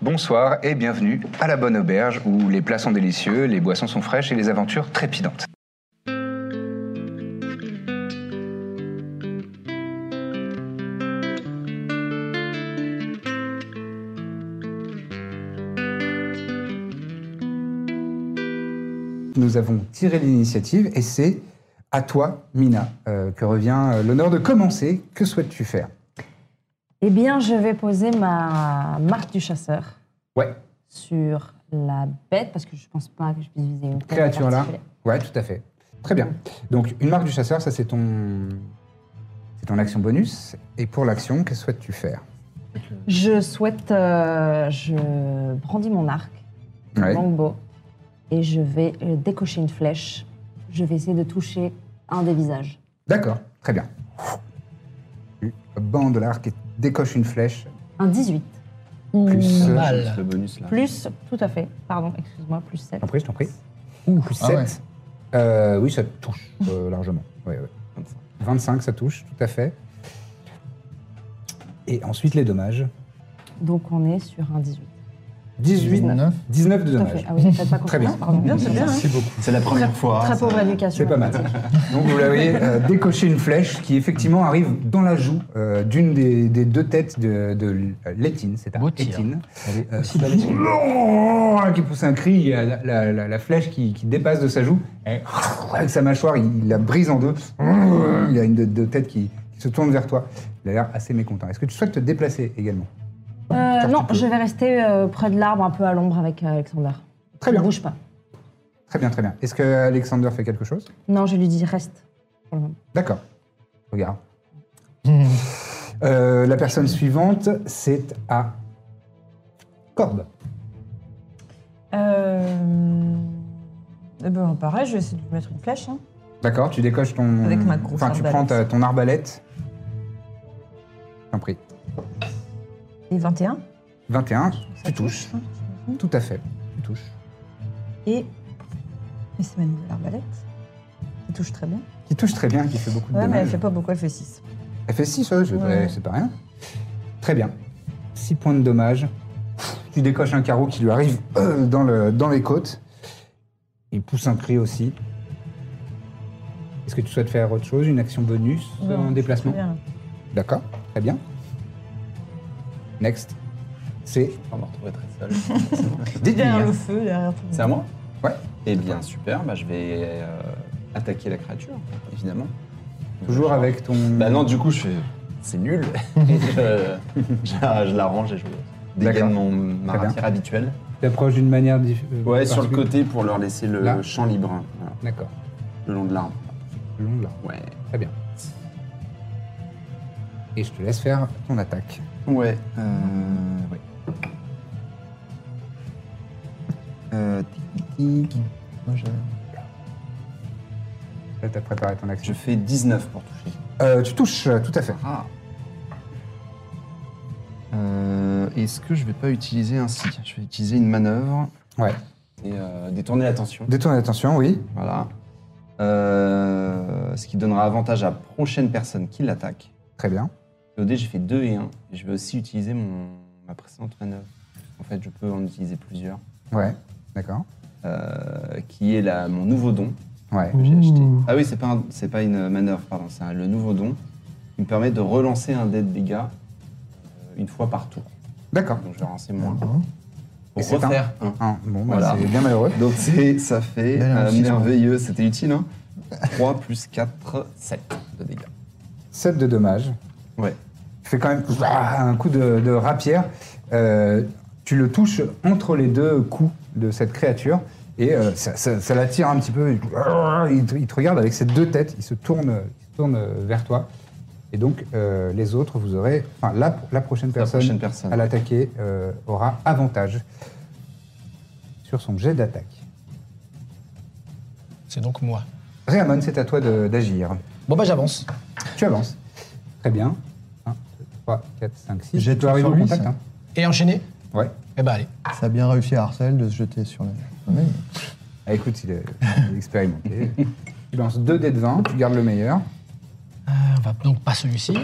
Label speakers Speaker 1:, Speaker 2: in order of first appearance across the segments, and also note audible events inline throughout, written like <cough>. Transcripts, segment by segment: Speaker 1: Bonsoir et bienvenue à la Bonne Auberge où les plats sont délicieux, les boissons sont fraîches et les aventures trépidantes. Nous avons tiré l'initiative et c'est à toi, Mina, euh, que revient euh, l'honneur de commencer. Que souhaites-tu faire
Speaker 2: Eh bien, je vais poser ma marque du chasseur
Speaker 1: Ouais,
Speaker 2: sur la bête, parce que je pense pas que je puisse viser une tête
Speaker 1: créature là.
Speaker 2: particulière.
Speaker 1: Ouais, tout à fait. Très bien. Donc une marque du chasseur, ça c'est ton, c'est ton action bonus. Et pour l'action, que souhaites-tu faire
Speaker 2: Je souhaite. euh, je brandis mon arc, mon
Speaker 1: Ouais.
Speaker 2: longbow, et je vais euh, décocher une flèche. Je vais essayer de toucher un des visages.
Speaker 1: D'accord, très bien. Tu bandes l'arc et décoche une flèche.
Speaker 2: Un 18.
Speaker 1: Plus. euh,
Speaker 3: Mal.
Speaker 4: Le bonus là.
Speaker 2: Plus, tout à fait, pardon, excuse-moi, plus 7.
Speaker 1: T'en prie, je t'en prie. plus
Speaker 3: ah
Speaker 1: 7. Euh, oui, ça touche euh, largement. Ouais, ouais. 25, ça touche, tout à fait. Et ensuite les dommages.
Speaker 2: Donc on est sur un 18.
Speaker 1: 18,
Speaker 3: 19.
Speaker 1: 19 de
Speaker 2: Tout à fait.
Speaker 1: dommages.
Speaker 2: Ah oui, faites pas
Speaker 1: Très bien.
Speaker 2: confiance, pardon.
Speaker 5: Bien, c'est bien. hein.
Speaker 4: C'est la première fois.
Speaker 2: Très
Speaker 4: ça-
Speaker 2: pauvre éducation.
Speaker 1: Ah,
Speaker 2: Euh,
Speaker 1: C'est pas mal. Donc vous l'avez euh, décoché une flèche qui effectivement arrive dans la joue euh, d'une des, des deux têtes de, de l- euh, Létine. C'est à
Speaker 3: Beau tir.
Speaker 1: Létine.
Speaker 3: Elle est
Speaker 1: Euh,
Speaker 3: aussi balèze que-
Speaker 1: Ouah qui pousse un cri, il y a la, la- la- la flèche qui, qui dépasse de sa joue. Et avec sa mâchoire, il, il la brise en deux. Il y a une de, deux têtes qui, qui se tourne vers toi. Il a l'air assez mécontent. Est-ce que tu souhaites te déplacer également
Speaker 2: Euh,
Speaker 1: Car
Speaker 2: non,
Speaker 1: tu peux.
Speaker 2: je vais rester euh, près de l'arbre, un peu à l'ombre avec euh, Alexander.
Speaker 1: Très bien.
Speaker 2: Ne bouge pas.
Speaker 1: Très bien, très bien. Est-ce que Alexander fait quelque chose
Speaker 2: Non, je lui dis reste. pour le moment.
Speaker 1: D'accord. Regarde. Euh, la personne suivante, c'est à Corde.
Speaker 5: Euh... Eh ben, pareil, je vais essayer de lui mettre une flèche. hein.
Speaker 1: D'accord, tu décoches ton.
Speaker 5: Avec ma grosse
Speaker 1: Enfin, tu
Speaker 5: arbalète.
Speaker 1: prends ta- ton arbalète. Je t'en prie.
Speaker 5: Et 21.
Speaker 1: 21,
Speaker 5: ça
Speaker 1: tu touches.
Speaker 5: hein, j'imagine.
Speaker 1: Tout à fait, tu touches.
Speaker 5: Et. Et c'est ma nouvelle arbalète. Elle touche très bien.
Speaker 1: Qui touche très bien, qui fait beaucoup de
Speaker 5: Ouais, mais
Speaker 1: dommages.
Speaker 5: elle fait pas beaucoup, elle fait 6.
Speaker 1: Elle fait 6, ouais, je-
Speaker 5: Ouais.
Speaker 1: ouais, c'est pas rien. Très bien. 6 points de dommage. Tu décoches un carreau qui lui arrive euh, dans, le, dans les côtes. Il pousse un cri aussi. Est-ce que tu souhaites faire autre chose Une action bonus Un déplacement D'accord, très bien. Next. C'est.
Speaker 4: On va me retrouver très seul.
Speaker 5: Derrière le feu, derrière tout.
Speaker 4: C'est à moi
Speaker 1: Ouais.
Speaker 4: Eh bien, super, bah, je vais euh, attaquer la créature, évidemment.
Speaker 1: Toujours avec ton.
Speaker 4: Bah non, du coup, je fais. C'est <laughs> nul. Et je, je la, je la range et je
Speaker 1: D'accord.
Speaker 4: dégaine mon, ma
Speaker 1: Très bien.
Speaker 4: rapière habituelle.
Speaker 1: Tu approches d'une manière dif- euh,
Speaker 4: Ouais, sur le
Speaker 1: particulière.
Speaker 4: côté pour leur laisser le
Speaker 1: Là.
Speaker 4: champ libre, hein, voilà,
Speaker 1: D'accord.
Speaker 4: le long de l'arbre.
Speaker 1: Le long de l'arbre.
Speaker 4: Ouais.
Speaker 1: Très bien. Et je te laisse faire ton attaque.
Speaker 4: Ouais. Euh, ouais. Euh, tic, tic, tic. Moi, je...
Speaker 1: Là, t'as préparé ton action.
Speaker 4: je fais 19 pour toucher.
Speaker 1: Euh, tu touches, euh, tout à fait.
Speaker 4: Ah. Euh, Est-ce que je vais pas utiliser ainsi Je vais utiliser une manœuvre
Speaker 1: Ouais.
Speaker 4: et euh, détourner l'attention.
Speaker 1: Détourne l'attention, oui.
Speaker 4: Voilà. Euh, ce qui donnera avantage à la prochaine personne qui l'attaque.
Speaker 1: Très bien.
Speaker 4: Et Au dé, j'ai fait 2 et 1. Je vais aussi utiliser mon, ma précédente manœuvre. En fait, je peux en utiliser plusieurs.
Speaker 1: Ouais. D'accord.
Speaker 4: Euh, qui est la, mon nouveau don.
Speaker 1: Ouais.
Speaker 4: que j'ai acheté. Ah oui, c'est pas, un- c'est pas une manœuvre, pardon, c'est un- le nouveau don qui me permet de relancer un dé de dégâts euh, une fois par tour.
Speaker 1: D'accord.
Speaker 4: Donc je vais relancer moins.
Speaker 1: Ah Et
Speaker 4: Pour
Speaker 1: c'est
Speaker 4: refaire un.
Speaker 1: Un. Bon, bah,
Speaker 4: Hein. Voilà.
Speaker 1: c'est bien malheureux.
Speaker 4: Donc c'est, ça fait
Speaker 3: Belle
Speaker 4: euh,
Speaker 3: réussite.
Speaker 4: merveilleux, c'était utile. Hein 3 plus 4, 7 de dégâts.
Speaker 1: 7 de dommage.
Speaker 4: Ouais.
Speaker 1: Tu fais quand même ouah, un coup de, de rapière. Euh, tu le touches entre les deux coups de cette créature et euh, ça, ça- ça l'attire un petit peu. Il, te- il te regarde avec ses deux têtes. Il se tourne, il se tourne euh, vers toi. Et donc, euh, les autres, vous aurez. Enfin, la, la prochaine personne,
Speaker 4: prochaine personne,
Speaker 1: à
Speaker 4: ouais.
Speaker 1: l'attaquer euh, aura avantage sur son jet d'attaque.
Speaker 3: C'est donc moi.
Speaker 1: Réamon, c'est à toi de- d'agir.
Speaker 3: Bon, bah, j'avance.
Speaker 1: Tu avances. Très bien. 1, 2, 3, 4, 5, 6.
Speaker 6: Jette
Speaker 1: tu
Speaker 6: tout
Speaker 1: arrives
Speaker 6: sur
Speaker 1: au
Speaker 6: lui,
Speaker 1: contact.
Speaker 6: ça.
Speaker 1: Hein.
Speaker 3: Et enchaîner
Speaker 1: Ouais.
Speaker 3: Eh bah, allez.
Speaker 6: Ça a bien réussi à Arcel de se jeter sur la. Ouais.
Speaker 1: Ah, écoute, il est, il est <laughs> expérimenté. tu lances 2 dés de 20, tu gardes le meilleur.
Speaker 3: Euh,
Speaker 4: Ah,
Speaker 3: on va donc pas celui-ci.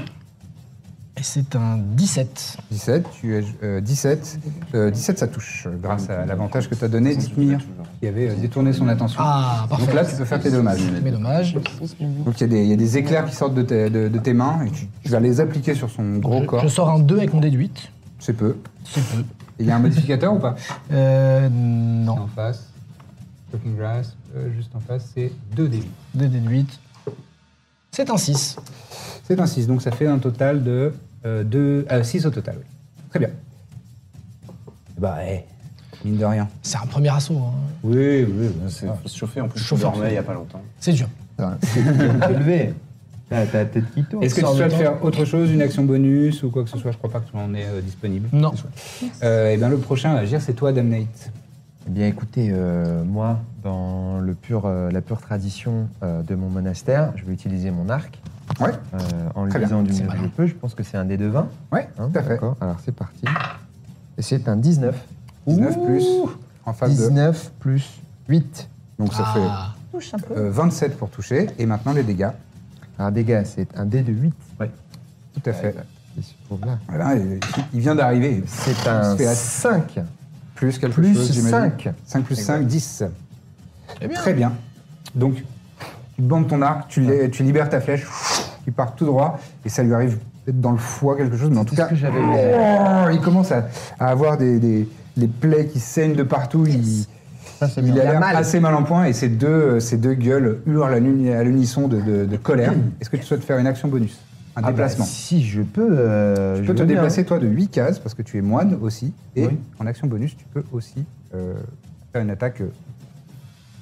Speaker 3: Et c'est un 17.
Speaker 1: 17, tu es, euh, 17, euh, 17 ça touche euh, grâce à l'avantage que t'as donné Dithmir qui avait euh, détourné son attention.
Speaker 3: Ah, parfait.
Speaker 1: Donc là, tu peux faire tes dommages.
Speaker 3: Mais dommage.
Speaker 1: Donc il y, a des- il y a des éclairs qui sortent de, tes- de- de tes mains et tu, tu vas les appliquer sur son gros
Speaker 3: Je,
Speaker 1: corps.
Speaker 3: je sors un 2 avec mon déduite.
Speaker 1: C'est peu.
Speaker 3: C'est peu.
Speaker 1: Et Il y a un modificateur ou pas
Speaker 3: Euh, non.
Speaker 1: En face. Talking Grass, euh, juste en face, c'est 2 d 8.
Speaker 3: 2 déduites. C'est un 6.
Speaker 1: C'est un 6, donc ça fait un total de euh, 6 au total. oui. Très bien. Bah, eh, mine de rien. Ah.
Speaker 3: C'est un premier assaut. hein.
Speaker 1: Oui, oui, oui.
Speaker 4: Il faut se chauffer, en plus, je
Speaker 3: Chauffer,
Speaker 4: dormais
Speaker 3: chauffer.
Speaker 4: il n'y a pas longtemps.
Speaker 3: C'est dur.
Speaker 4: <laughs> T'es levé T'as la tête qui tourne.
Speaker 1: Est-ce que tu
Speaker 3: Sors le
Speaker 1: souhaites
Speaker 3: temps.
Speaker 1: faire autre chose, une action bonus ou quoi que ce soit Je crois pas que tu en es euh, disponible.
Speaker 3: Non.
Speaker 1: Euh, et bien le prochain à agir, c'est toi, Damnate.
Speaker 7: Eh bien, écoutez, euh, moi, dans le pur, euh, la pure tradition euh, de mon monastère, je vais utiliser mon arc
Speaker 1: Ouais,
Speaker 7: euh, en
Speaker 1: Très bien,
Speaker 7: l'utilisant du
Speaker 3: c'est
Speaker 7: mieux que
Speaker 3: malin.
Speaker 7: je peux. Je pense que c'est un dé de 20.
Speaker 1: ouais,
Speaker 7: hein,
Speaker 1: tout à fait.
Speaker 7: D'accord, alors c'est parti. Et c'est un 19.
Speaker 1: 19 plus
Speaker 7: Ouh
Speaker 1: en face de.
Speaker 7: 19 plus 8.
Speaker 1: Donc ça
Speaker 3: Ah,
Speaker 5: Touche un
Speaker 1: fait
Speaker 5: peu.
Speaker 1: euh, 27 pour toucher. Et maintenant les dégâts.
Speaker 7: Alors, dégâts, c'est un dé de 8.
Speaker 1: Tout à fait.
Speaker 7: Il se trouve là.
Speaker 1: Voilà, il- il vient d'arriver.
Speaker 7: C'est
Speaker 1: Il
Speaker 7: un
Speaker 1: se fait
Speaker 7: 5.
Speaker 1: Plus quelque
Speaker 7: plus
Speaker 1: chose, j'imagine.
Speaker 7: cinq.
Speaker 1: 5 plus 5, 10.
Speaker 3: eh bien.
Speaker 1: Très bien. Donc, tu bandes ton arc, tu, l'ai- tu libères ta flèche, il part tout droit, et ça lui arrive peut-être dans le foie, quelque chose, mais en tout
Speaker 7: C'est ce
Speaker 1: cas,
Speaker 7: que j'avais vu.
Speaker 1: Oh, il commence à, à avoir des, des- des plaies qui saignent de partout. Il,
Speaker 7: Ça, c'est
Speaker 1: il
Speaker 7: bien.
Speaker 1: a
Speaker 7: Il a
Speaker 1: l'air
Speaker 7: mal.
Speaker 1: assez mal en point, et ces deux, euh, ces deux gueules hurlent à l'uni- à l'unisson de, de- de colère. Est-ce que tu souhaites faire une action bonus Un
Speaker 7: Ah bah,
Speaker 1: déplacement
Speaker 7: si je peux. euh,
Speaker 1: tu
Speaker 7: je
Speaker 1: peux te
Speaker 7: veux bien.
Speaker 1: déplacer toi de 8 cases parce que tu es moine aussi et
Speaker 7: Oui.
Speaker 1: en action bonus tu peux aussi euh, faire une attaque euh,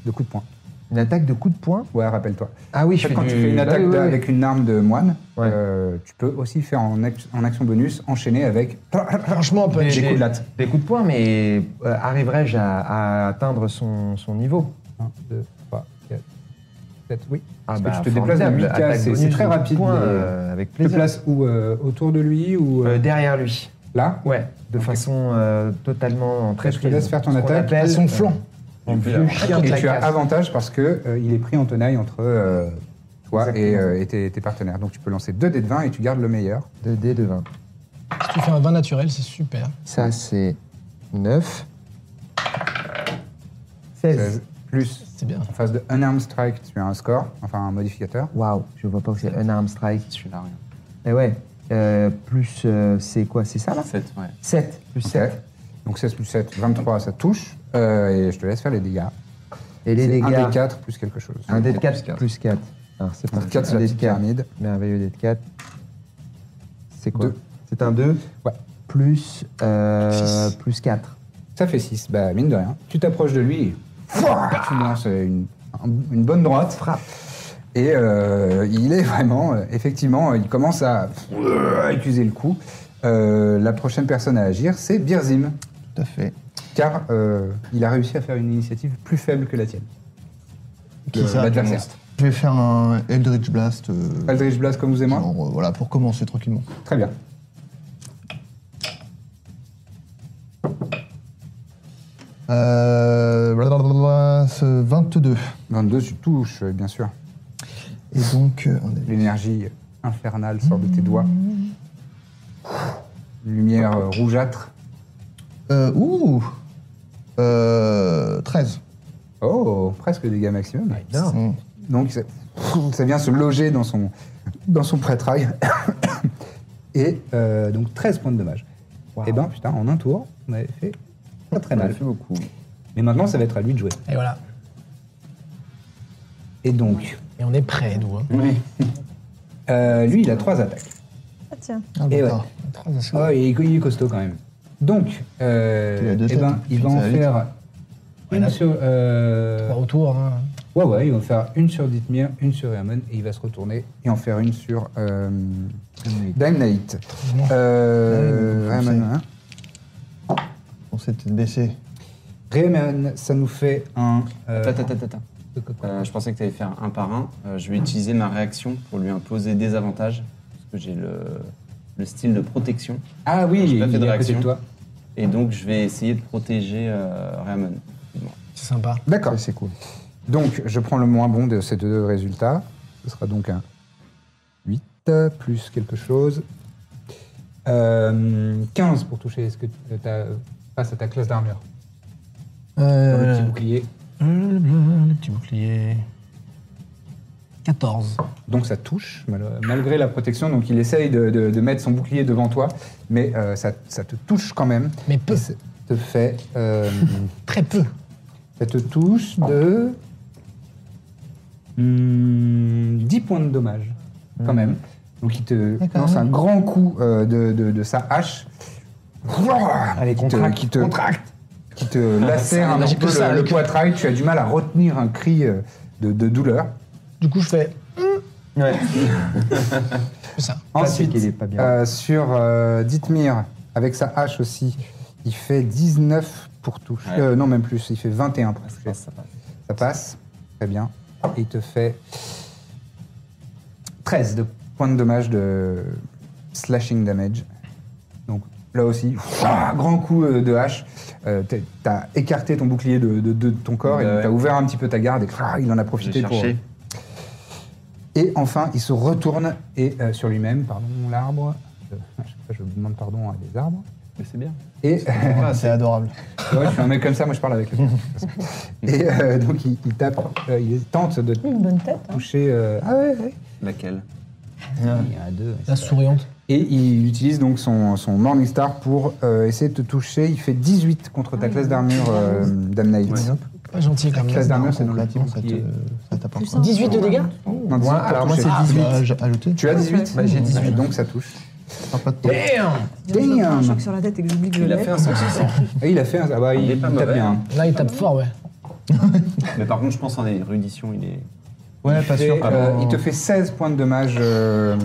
Speaker 1: de coup de poing.
Speaker 7: Une attaque de coup de poing.
Speaker 1: Ouais, rappelle-toi.
Speaker 7: Ah oui,
Speaker 1: En
Speaker 7: je
Speaker 1: fait,
Speaker 7: fais
Speaker 1: quand
Speaker 7: du-
Speaker 1: tu fais une
Speaker 7: Ouais,
Speaker 1: attaque
Speaker 7: ouais,
Speaker 1: d'a-
Speaker 7: ouais.
Speaker 1: avec une arme de moine,
Speaker 7: Ouais.
Speaker 1: euh, tu peux aussi faire en, ac- en action bonus enchaîner avec
Speaker 3: Franchement, on peut
Speaker 1: des
Speaker 3: aller-
Speaker 1: coups de latte.
Speaker 7: Des coups de poing, mais euh, arriverai-je à, à atteindre son, son niveau
Speaker 1: 1, 2, 3, 4, 7, oui.
Speaker 7: Ah
Speaker 1: Parce que
Speaker 7: bah,
Speaker 1: tu te déplaces de
Speaker 7: formidable.
Speaker 1: 8
Speaker 7: Attaque
Speaker 1: cases, c'est- c'est
Speaker 7: bonus
Speaker 1: très
Speaker 7: de coups de
Speaker 1: rapide.
Speaker 7: poing,
Speaker 1: mais-
Speaker 7: euh, avec
Speaker 1: Tu te
Speaker 7: plaisir.
Speaker 1: places où euh, Autour de lui ou euh,
Speaker 7: Euh, derrière lui.
Speaker 1: là
Speaker 7: Ouais, de
Speaker 1: Ok.
Speaker 7: façon euh, totalement très
Speaker 1: Je te laisse faire ton attaque.
Speaker 3: à son flanc.
Speaker 7: Mon vieux euh, chien de
Speaker 1: Et
Speaker 7: la
Speaker 1: tu as
Speaker 7: casse.
Speaker 1: avantage parce que euh, il est pris en tenaille entre euh, toi et,
Speaker 7: Exactement.
Speaker 1: euh, et tes, tes partenaires. Donc tu peux lancer 2 dés de 20 et tu gardes le meilleur.
Speaker 7: 2 dés de 20.
Speaker 3: Si tu fais un vin naturel, c'est super.
Speaker 7: Ça, c'est 9. 16.
Speaker 1: 16 Euh, plus
Speaker 3: C'est bien.
Speaker 1: en face de Unarmed Strike, tu as un score, enfin un modificateur.
Speaker 7: Waouh, je vois pas que c'est un arm strike.
Speaker 4: Je suis là, rien.
Speaker 7: Mais ouais, euh, plus euh, c'est quoi C'est ça là
Speaker 4: 7, Ah, ouais.
Speaker 7: 7. Plus
Speaker 1: Ok.
Speaker 7: 7.
Speaker 1: Donc 16 plus 7, 23, ça touche. Euh, et je te laisse faire les dégâts.
Speaker 7: Et les
Speaker 1: C'est
Speaker 7: dégâts.
Speaker 1: 1 des 4 plus quelque chose.
Speaker 7: Un dé de 4 plus 4. Alors c'est parti.
Speaker 1: 4, c'est la
Speaker 7: Un dé de
Speaker 1: petite
Speaker 7: quatre.
Speaker 1: pyramide.
Speaker 7: Merveilleux dé de 4. C'est quoi
Speaker 1: Deux.
Speaker 7: C'est un 2
Speaker 1: Ouais.
Speaker 7: Plus, euh,
Speaker 3: Six.
Speaker 7: plus 4.
Speaker 1: Ça fait 6. Bah mine de rien. Tu t'approches de lui et Fouah tu lances euh, une, un- une bonne droite. Frappe. Et euh, il est vraiment, euh, effectivement, il commence à accuser le coup. Euh, la prochaine personne à agir, c'est Birzim,
Speaker 6: Tout à fait.
Speaker 1: car euh, il a réussi à faire une initiative plus faible que la tienne.
Speaker 6: Qui
Speaker 1: Le-
Speaker 6: ça
Speaker 1: L'adversaire.
Speaker 6: Je vais faire un Eldritch Blast. euh,
Speaker 1: Aldrich Blas, comme vous et moi.
Speaker 6: genre, euh, voilà, pour commencer tranquillement.
Speaker 1: Très bien.
Speaker 6: Euh, blablabla, ce 22.
Speaker 1: 22, tu touches, euh, bien sûr.
Speaker 6: Et donc, euh, un des-
Speaker 1: L'énergie infernale sort de tes doigts. Lumière euh, rougeâtre.
Speaker 6: Euh, ouh euh, 13.
Speaker 1: Oh, presque dégâts maximum.
Speaker 7: Non.
Speaker 6: Mm.
Speaker 1: Donc ça, <laughs> ça vient se loger dans son, dans son prêtrail. <coughs> Et euh, donc 13 points de dommage. Et ben putain, en un tour, on avait fait pas très mal.
Speaker 4: fait beaucoup.
Speaker 1: Mais maintenant, ça va être à lui de jouer.
Speaker 3: Et voilà.
Speaker 1: Et donc,
Speaker 3: Et on est prêt, nous. hein.
Speaker 1: euh, lui, il a trois attaques.
Speaker 5: Ah tiens.
Speaker 6: Ah,
Speaker 1: Et
Speaker 6: bâtard.
Speaker 1: Oh, il est, il est costaud quand même. Donc, euh,
Speaker 6: Il a deux
Speaker 1: eh ben,
Speaker 6: têtes. hein.
Speaker 1: il va
Speaker 6: Ça
Speaker 1: en
Speaker 6: va vite.
Speaker 1: faire une sur. euh,
Speaker 3: Trois autour. hein.
Speaker 1: Ouais, ouais, il va en faire une sur Dithmir, une sur Herman, et il va se retourner et en faire une sur euh, Daimnaït. Euh,
Speaker 6: Ah oui, donc,
Speaker 1: Rayman,
Speaker 6: c'est-
Speaker 1: hein.
Speaker 6: On s'est peut-être baissé.
Speaker 1: Rayman, ça nous fait un. euh,
Speaker 4: Attends, attends, attends, attends. Euh, je pensais que tu allais faire un par un. Euh, je vais utiliser ma réaction pour lui imposer des avantages, parce que j'ai le, le style de protection.
Speaker 1: Ah oui,
Speaker 4: J'ai
Speaker 1: il est
Speaker 4: pas
Speaker 1: à
Speaker 4: fait de
Speaker 1: côté
Speaker 4: réaction.
Speaker 1: de toi.
Speaker 4: Et donc, je vais essayer de protéger euh, Raymond.
Speaker 3: C'est sympa.
Speaker 1: D'accord.
Speaker 7: Ça, c'est cool.
Speaker 1: Donc, je prends le moins bon de ces deux résultats. Ce sera donc un 8 euh, plus quelque chose. Euh, 15 pour toucher. Est-ce que tu passes à ta classe d'armure Dans le petit
Speaker 3: Euh,
Speaker 1: bouclier.
Speaker 3: euh, le petit bouclier. 14.
Speaker 1: Donc, ça touche, mal- malgré la protection. Donc, il essaye de, de- de mettre son bouclier devant toi, mais euh, ça, ça te touche quand même.
Speaker 3: Mais peu.
Speaker 1: Et ça te fait. euh,
Speaker 3: Très peu.
Speaker 1: ça te touche de. hmm, 10 points de dommage, quand même. Donc, il te
Speaker 6: D'accord.
Speaker 1: lance un grand coup euh, de, de- de sa hache.
Speaker 7: Allez,
Speaker 1: qui te-
Speaker 7: contracte,
Speaker 1: qui te, qui te lacère un petit
Speaker 3: J'ai que
Speaker 1: peu
Speaker 3: ça
Speaker 1: le, le
Speaker 3: avec-
Speaker 1: poitrail. Tu as du mal à retenir un cri euh, de, de douleur.
Speaker 3: Du coup, je fais hmm.
Speaker 7: Ouais.
Speaker 3: ça.
Speaker 1: Ensuite,
Speaker 7: qu'il est pas bien.
Speaker 1: euh, sur euh, Dithmir, avec sa hache aussi, il fait 19 pour toucher.
Speaker 4: Ouais.
Speaker 1: Euh, non, même plus, il fait 21 pour
Speaker 4: Ça
Speaker 1: toucher.
Speaker 4: passe, Ah, ça passe.
Speaker 1: Ça passe, très bien. Et il te fait 13 de points de dommage de slashing damage. Donc là aussi, <laughs> ouah, grand coup euh, de hache. Euh, t'es- t'as écarté ton bouclier de, de- de ton corps et
Speaker 4: Ouais.
Speaker 1: t'as ouvert un petit peu ta garde et ouah, il en a
Speaker 4: J'ai
Speaker 1: profité pour. euh,
Speaker 4: cherché.
Speaker 1: Et enfin, il se retourne et euh, sur lui-même, pardon, l'arbre. Je, à chaque fois, je demande pardon à des arbres.
Speaker 4: Mais c'est bien.
Speaker 1: Et euh,
Speaker 6: Ah, c'est adorable.
Speaker 1: Ouais, je suis un mec comme ça, moi je parle avec les gens.
Speaker 7: <laughs>
Speaker 1: Et euh, donc il, il tape, euh, il tente de
Speaker 5: Une bonne tête. hein.
Speaker 1: toucher. euh, ah ouais, ouais.
Speaker 4: Laquelle
Speaker 1: Il y en a deux.
Speaker 3: La souriante.
Speaker 1: Et il utilise donc son, son Morningstar pour euh, essayer de te toucher. Il fait 18 contre
Speaker 5: Ah
Speaker 1: ta classe d'armure, euh, Damnite.
Speaker 3: Pas gentil quand
Speaker 1: Classe
Speaker 3: même.
Speaker 1: d'armure, c'est dans le
Speaker 6: Concrètement, ça
Speaker 1: bouclier.
Speaker 6: te- ça tape
Speaker 5: Plus simple.
Speaker 6: encore.
Speaker 3: 18 de dégâts
Speaker 1: Non, 18
Speaker 7: Moi,
Speaker 1: pour
Speaker 7: alors moi,
Speaker 1: toucher.
Speaker 7: c'est 18.
Speaker 6: Ah, j'ai ajouté.
Speaker 1: Tu as 18
Speaker 7: Bah, j'ai 18.
Speaker 1: donc ça touche.
Speaker 6: Ah, pas de temps.
Speaker 3: Damn
Speaker 5: Je me prends un
Speaker 1: Damn.
Speaker 5: choc sur la tête et que j'oublie que je
Speaker 4: Il a
Speaker 5: l'ai.
Speaker 4: fait un 160.
Speaker 1: Et il a fait un. Ah bah, il,
Speaker 4: Il est
Speaker 1: il
Speaker 4: pas
Speaker 1: tape
Speaker 4: mauvais.
Speaker 1: bien.
Speaker 3: Là, il tape fort, ouais.
Speaker 4: Mais par contre, je pense en érudition, il est.
Speaker 6: Ouais, pas
Speaker 1: Et,
Speaker 6: sûr.
Speaker 1: euh, il te fait 16 points de dommage. euh,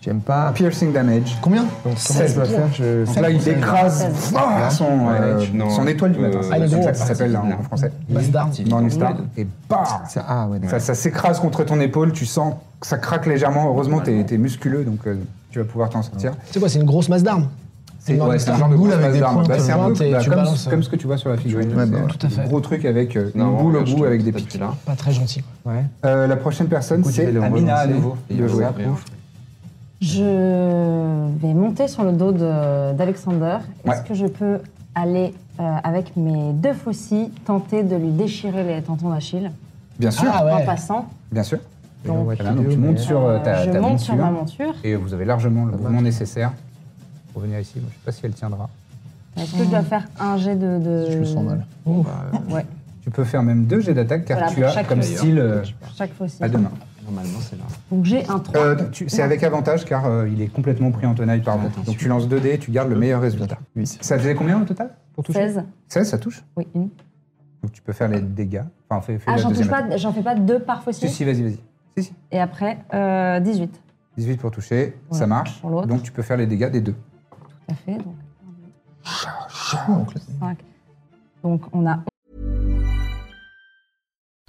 Speaker 7: J'aime pas.
Speaker 1: piercing damage.
Speaker 6: Combien
Speaker 7: Donc, comment
Speaker 1: 16.
Speaker 7: je dois faire je...
Speaker 1: Donc là, il écrase ah, son, euh,
Speaker 4: non.
Speaker 1: son étoile du matin.
Speaker 4: Euh,
Speaker 1: C'est comme
Speaker 3: gros.
Speaker 1: ça que ça s'appelle hein, en français.
Speaker 3: Bastard.
Speaker 1: Morningstar. Et bam
Speaker 7: Ça- Ah ouais,
Speaker 1: Ça, ça s'écrase contre ton épaule, tu sens que ça craque légèrement. Heureusement, t'es t'es musculeux, donc euh, tu vas pouvoir t'en sortir.
Speaker 3: C'est quoi, c'est une grosse masse d'armes
Speaker 1: C'est ouais, c'est
Speaker 3: Morningstar.
Speaker 1: le genre de
Speaker 6: Boule
Speaker 1: grosse
Speaker 6: avec
Speaker 1: masse
Speaker 6: des
Speaker 1: d'armes.
Speaker 6: pointes,
Speaker 1: Bah, c'est un
Speaker 3: euh,
Speaker 1: peu
Speaker 3: t'es-
Speaker 1: bah,
Speaker 3: tu
Speaker 1: comme,
Speaker 3: balances, euh.
Speaker 1: comme ce que tu vois sur la figurine.
Speaker 6: Ouais, bah,
Speaker 1: C'est
Speaker 3: tout à
Speaker 1: un
Speaker 3: fait.
Speaker 1: Gros truc avec euh, une
Speaker 4: Non,
Speaker 1: boule au
Speaker 4: regarde, je
Speaker 1: bout
Speaker 4: te-
Speaker 1: avec des
Speaker 4: t'as plus
Speaker 1: pics.
Speaker 4: là.
Speaker 3: Pas très gentil. quoi.
Speaker 7: ouais.
Speaker 1: Euh, la prochaine personne,
Speaker 7: coup, tu vas
Speaker 1: c'est
Speaker 7: le
Speaker 1: Amina à
Speaker 7: relancer.
Speaker 1: nouveau.
Speaker 4: Et
Speaker 1: de
Speaker 4: hein. il
Speaker 1: jouer.
Speaker 4: va ouvrir.
Speaker 2: Je vais monter sur le dos de- d'Alexander. Est-ce
Speaker 1: Ouais.
Speaker 2: que je peux aller euh, avec mes deux faucilles tenter de lui déchirer les tentons d'Achille
Speaker 1: Bien sûr,
Speaker 3: Ah ouais.
Speaker 2: en passant
Speaker 1: bien sûr.
Speaker 2: Donc,
Speaker 1: Voilà, donc tu montes sur euh, ta,
Speaker 2: Je
Speaker 1: ta
Speaker 2: monte
Speaker 1: monture
Speaker 2: sur ma monture.
Speaker 1: et vous avez largement le mouvement nécessaire pour venir ici. Moi, je sais pas si elle tiendra.
Speaker 2: Est-ce que je dois faire un jet de. de...
Speaker 6: Je me sens mal.
Speaker 1: bah,
Speaker 2: Ouais,
Speaker 1: Tu peux faire même deux jets d'attaque car
Speaker 2: Voilà,
Speaker 1: tu
Speaker 2: pour
Speaker 1: as
Speaker 2: chaque
Speaker 1: comme
Speaker 2: d'ailleurs.
Speaker 1: style euh,
Speaker 2: chaque faucille.
Speaker 1: à deux mains.
Speaker 4: Normalement, c'est là.
Speaker 2: Donc j'ai un 3.
Speaker 1: Euh, tu- c'est avec avantage car euh, il est complètement pris en tenaille par vous. Donc tu lances 2 dés, tu gardes le meilleur résultat. Ça faisait combien au total pour toucher
Speaker 2: 16.
Speaker 1: 16, ça touche.
Speaker 2: Oui, une.
Speaker 1: Donc tu peux faire les dégâts. Enfin, fais, fais
Speaker 2: Ah,
Speaker 1: la
Speaker 2: j'en touche
Speaker 1: deuxième.
Speaker 2: pas, j'en fais pas deux par
Speaker 1: Si,
Speaker 2: faucille.
Speaker 1: si, vas-y, vas-y. Si, si.
Speaker 2: Et après, euh, 18.
Speaker 1: 18 pour toucher,
Speaker 2: Ouais,
Speaker 1: ça marche.
Speaker 2: pour l'autre.
Speaker 1: Donc tu peux faire les dégâts des deux.
Speaker 2: Tout à fait. Donc,
Speaker 6: Donc, là,
Speaker 2: 5. Donc on a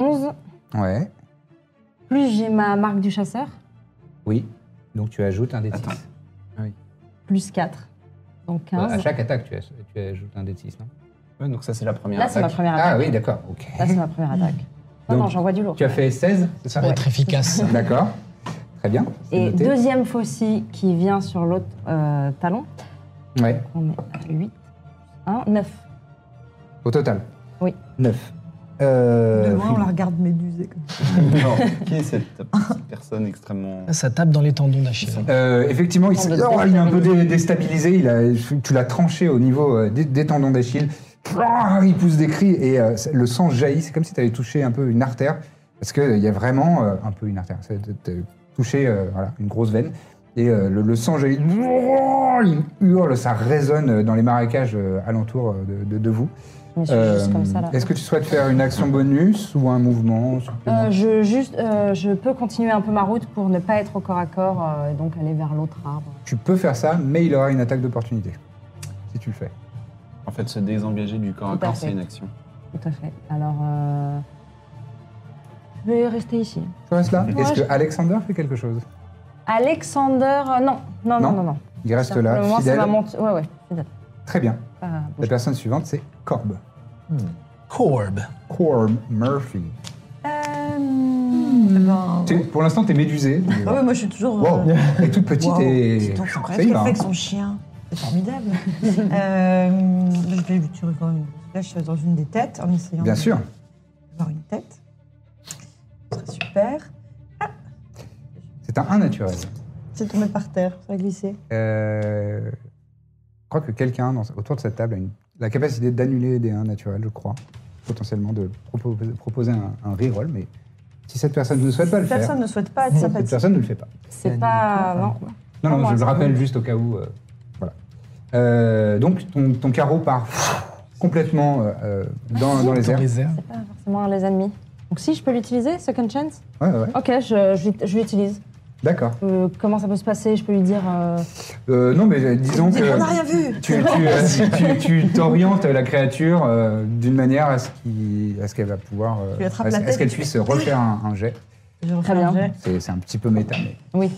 Speaker 2: 11.
Speaker 1: Ouais.
Speaker 2: Plus j'ai ma marque du chasseur,
Speaker 1: Oui. Donc tu ajoutes un dé de 6.
Speaker 2: plus 4. Donc
Speaker 1: Euh, À
Speaker 2: 15.
Speaker 1: chaque attaque, tu, as- tu ajoutes un dé de 6, non
Speaker 4: Ouais, donc ça, c'est la première.
Speaker 2: Là, c'est ma
Speaker 4: attaque.
Speaker 2: première
Speaker 1: Ah
Speaker 2: attaque.
Speaker 1: oui, d'accord. Ok.
Speaker 2: Là, c'est ma première attaque.
Speaker 1: <laughs>
Speaker 2: Non,
Speaker 1: Donc,
Speaker 2: non, j'envoie du lourd.
Speaker 1: Tu as fait 16, c'est ça
Speaker 3: Ça va être efficace. ça.
Speaker 1: D'accord. Très bien. c'est
Speaker 2: Et
Speaker 1: noté.
Speaker 2: deuxième faucille qui vient sur l'autre euh, talon.
Speaker 1: Ouais,
Speaker 2: On est à 8. 1, 9.
Speaker 1: au total.
Speaker 5: Oui.
Speaker 1: 9. Euh,
Speaker 5: de loin, hein, on
Speaker 1: Frida.
Speaker 5: la regarde médusée. Comme ça.
Speaker 4: Alors, qui est cette, cette personne extrêmement.
Speaker 3: Ça tape dans les tendons d'Achille.
Speaker 1: Euh, effectivement, il, s'est-
Speaker 2: Tendon
Speaker 1: Oh, il est un peu dé- déstabilisé. Il a, tu l'as tranché au niveau euh, des, des tendons d'Achille. Ah, il pousse des cris et euh, ça- le sang jaillit. C'est comme si tu avais touché un peu une artère. Parce qu'il y a vraiment euh, un peu une artère. Tu as touché euh, voilà, une grosse veine. Et euh, le, le sang jaillit. Oh, Il hurle, ça résonne euh, dans les marécages euh, alentours euh, de, de- de vous.
Speaker 2: Je me suis juste comme ça là.
Speaker 1: Euh, Est-ce que tu souhaites faire une action bonus ou un mouvement supplémentaire
Speaker 2: Euh, je, juste, euh, je peux continuer un peu ma route pour ne pas être au corps à corps euh, et donc aller vers l'autre arbre.
Speaker 1: Tu peux faire ça, mais il aura une attaque d'opportunité. Si tu le fais.
Speaker 4: En fait, se désengager du corps à
Speaker 2: Tout à
Speaker 4: corps,
Speaker 2: fait.
Speaker 4: c'est une action.
Speaker 2: Tout à fait. Alors, euh, je vais rester ici.
Speaker 1: Tu restes là
Speaker 2: Ouais,
Speaker 1: Est-ce
Speaker 2: je-
Speaker 1: que Alexander fait quelque chose
Speaker 2: Alexander, euh, non, non, non,
Speaker 1: Non.
Speaker 2: non, non.
Speaker 1: Il reste là,
Speaker 2: Pour le moment, c'est
Speaker 1: fidèle.
Speaker 2: ma monture. Ouais, ouais, fidèle. Euh,
Speaker 1: Très bien.
Speaker 2: Pas
Speaker 1: La
Speaker 2: bouger.
Speaker 1: personne suivante, c'est Corb.
Speaker 3: Corb.
Speaker 1: Corb Murphy.
Speaker 5: Euh, ben,
Speaker 1: T'es- Pour l'instant, t'es médusé. mais-
Speaker 5: ah ouais, moi, je suis toujours.
Speaker 1: Wow.
Speaker 5: euh,
Speaker 1: Et toute petite
Speaker 5: Wow.
Speaker 1: et.
Speaker 5: Dis donc, faut
Speaker 1: Ça
Speaker 5: quand
Speaker 1: y
Speaker 5: même
Speaker 1: va,
Speaker 5: qu'elle fait
Speaker 1: hein.
Speaker 5: avec son chien.
Speaker 1: <laughs>
Speaker 5: C'est formidable. Euh, je vais lui tirer quand même une flèche dans une des têtes en essayant
Speaker 1: Bien
Speaker 5: de-
Speaker 1: sûr.
Speaker 5: d'avoir une tête. Ce serait super.
Speaker 1: C'est un 1 naturel.
Speaker 5: C'est tombé par terre, ça a glissé.
Speaker 1: Euh, Je crois que quelqu'un dans- autour de cette table a une- la capacité d'annuler des 1 naturels, je crois. Potentiellement de proposer, proposer un, un reroll, mais si cette personne ne souhaite pas le
Speaker 5: Personne
Speaker 1: faire,
Speaker 5: ne souhaite pas être
Speaker 1: cette
Speaker 5: sympathique.
Speaker 1: personne ne le fait pas.
Speaker 2: C'est pas. Non.
Speaker 1: Non, non,
Speaker 2: Pour moi,
Speaker 1: je le
Speaker 2: ça
Speaker 1: rappelle juste au cas où. euh, voilà. Euh, donc, ton, ton carreau part complètement euh, euh, dans, dans les airs.
Speaker 3: Dans les airs.
Speaker 2: C'est pas forcément les ennemis. Donc, si je peux l'utiliser, Second Chance
Speaker 1: Ouais, ouais, ouais.
Speaker 2: Ok, je, je, je l'utilise.
Speaker 1: D'accord.
Speaker 2: Euh, comment ça peut se passer Je peux lui dire. euh,
Speaker 1: Euh, non, mais euh, disons que
Speaker 5: On n'a rien vu
Speaker 1: tu, tu,
Speaker 5: <laughs>
Speaker 1: euh, tu- tu t'orientes la créature euh, d'une manière à ce, qu'il- à ce qu'elle va pouvoir. euh,
Speaker 5: Tu attrapes
Speaker 1: à, ce-
Speaker 5: la
Speaker 1: à ce
Speaker 5: tête,
Speaker 1: qu'elle
Speaker 5: tu
Speaker 1: puisse
Speaker 5: fais-
Speaker 1: refaire un, un jet.
Speaker 5: Je refais
Speaker 2: Très bien.
Speaker 5: un jet.
Speaker 1: C'est, c'est un petit peu méta. mais-
Speaker 2: Oui.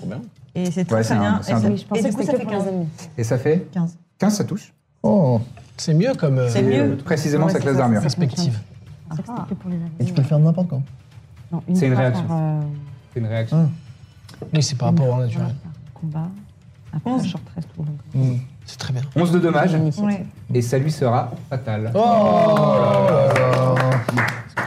Speaker 5: Et c'est très
Speaker 1: Ouais, c'est
Speaker 5: très
Speaker 1: un-
Speaker 5: bien.
Speaker 1: c'est
Speaker 5: Et
Speaker 6: Ah.
Speaker 1: un-
Speaker 5: ça-
Speaker 2: Oui, je pensais
Speaker 5: et
Speaker 2: que
Speaker 5: du coup,
Speaker 2: c'était
Speaker 5: ça
Speaker 2: que
Speaker 5: fait Ah.
Speaker 2: pour les
Speaker 5: 15.
Speaker 2: ennemis.
Speaker 1: Et ça fait
Speaker 5: 15.
Speaker 1: 15, ça touche.
Speaker 6: Oh,
Speaker 3: C'est mieux comme euh,
Speaker 5: C'est
Speaker 1: Et, euh,
Speaker 5: mieux.
Speaker 1: précisément
Speaker 5: Ouais,
Speaker 1: sa
Speaker 5: c'est
Speaker 1: classe
Speaker 5: ça,
Speaker 1: d'armure.
Speaker 3: perspective.
Speaker 2: Je pensais que c'était que pour les ennemis.
Speaker 6: et tu peux le faire n'importe quand.
Speaker 2: Non,
Speaker 1: C'est une
Speaker 2: fois
Speaker 1: réaction.
Speaker 2: par, euh,
Speaker 1: C'est une réaction.
Speaker 3: Oui, c'est par rapport au naturel.
Speaker 2: voilà, par combat. Après,
Speaker 5: Onze.
Speaker 2: short rest ou long.
Speaker 1: Mm.
Speaker 3: C'est très bien.
Speaker 1: 11 de dommage,
Speaker 2: Initiative.
Speaker 5: Ouais. Oh.
Speaker 1: et ça lui sera fatal.
Speaker 6: Euh,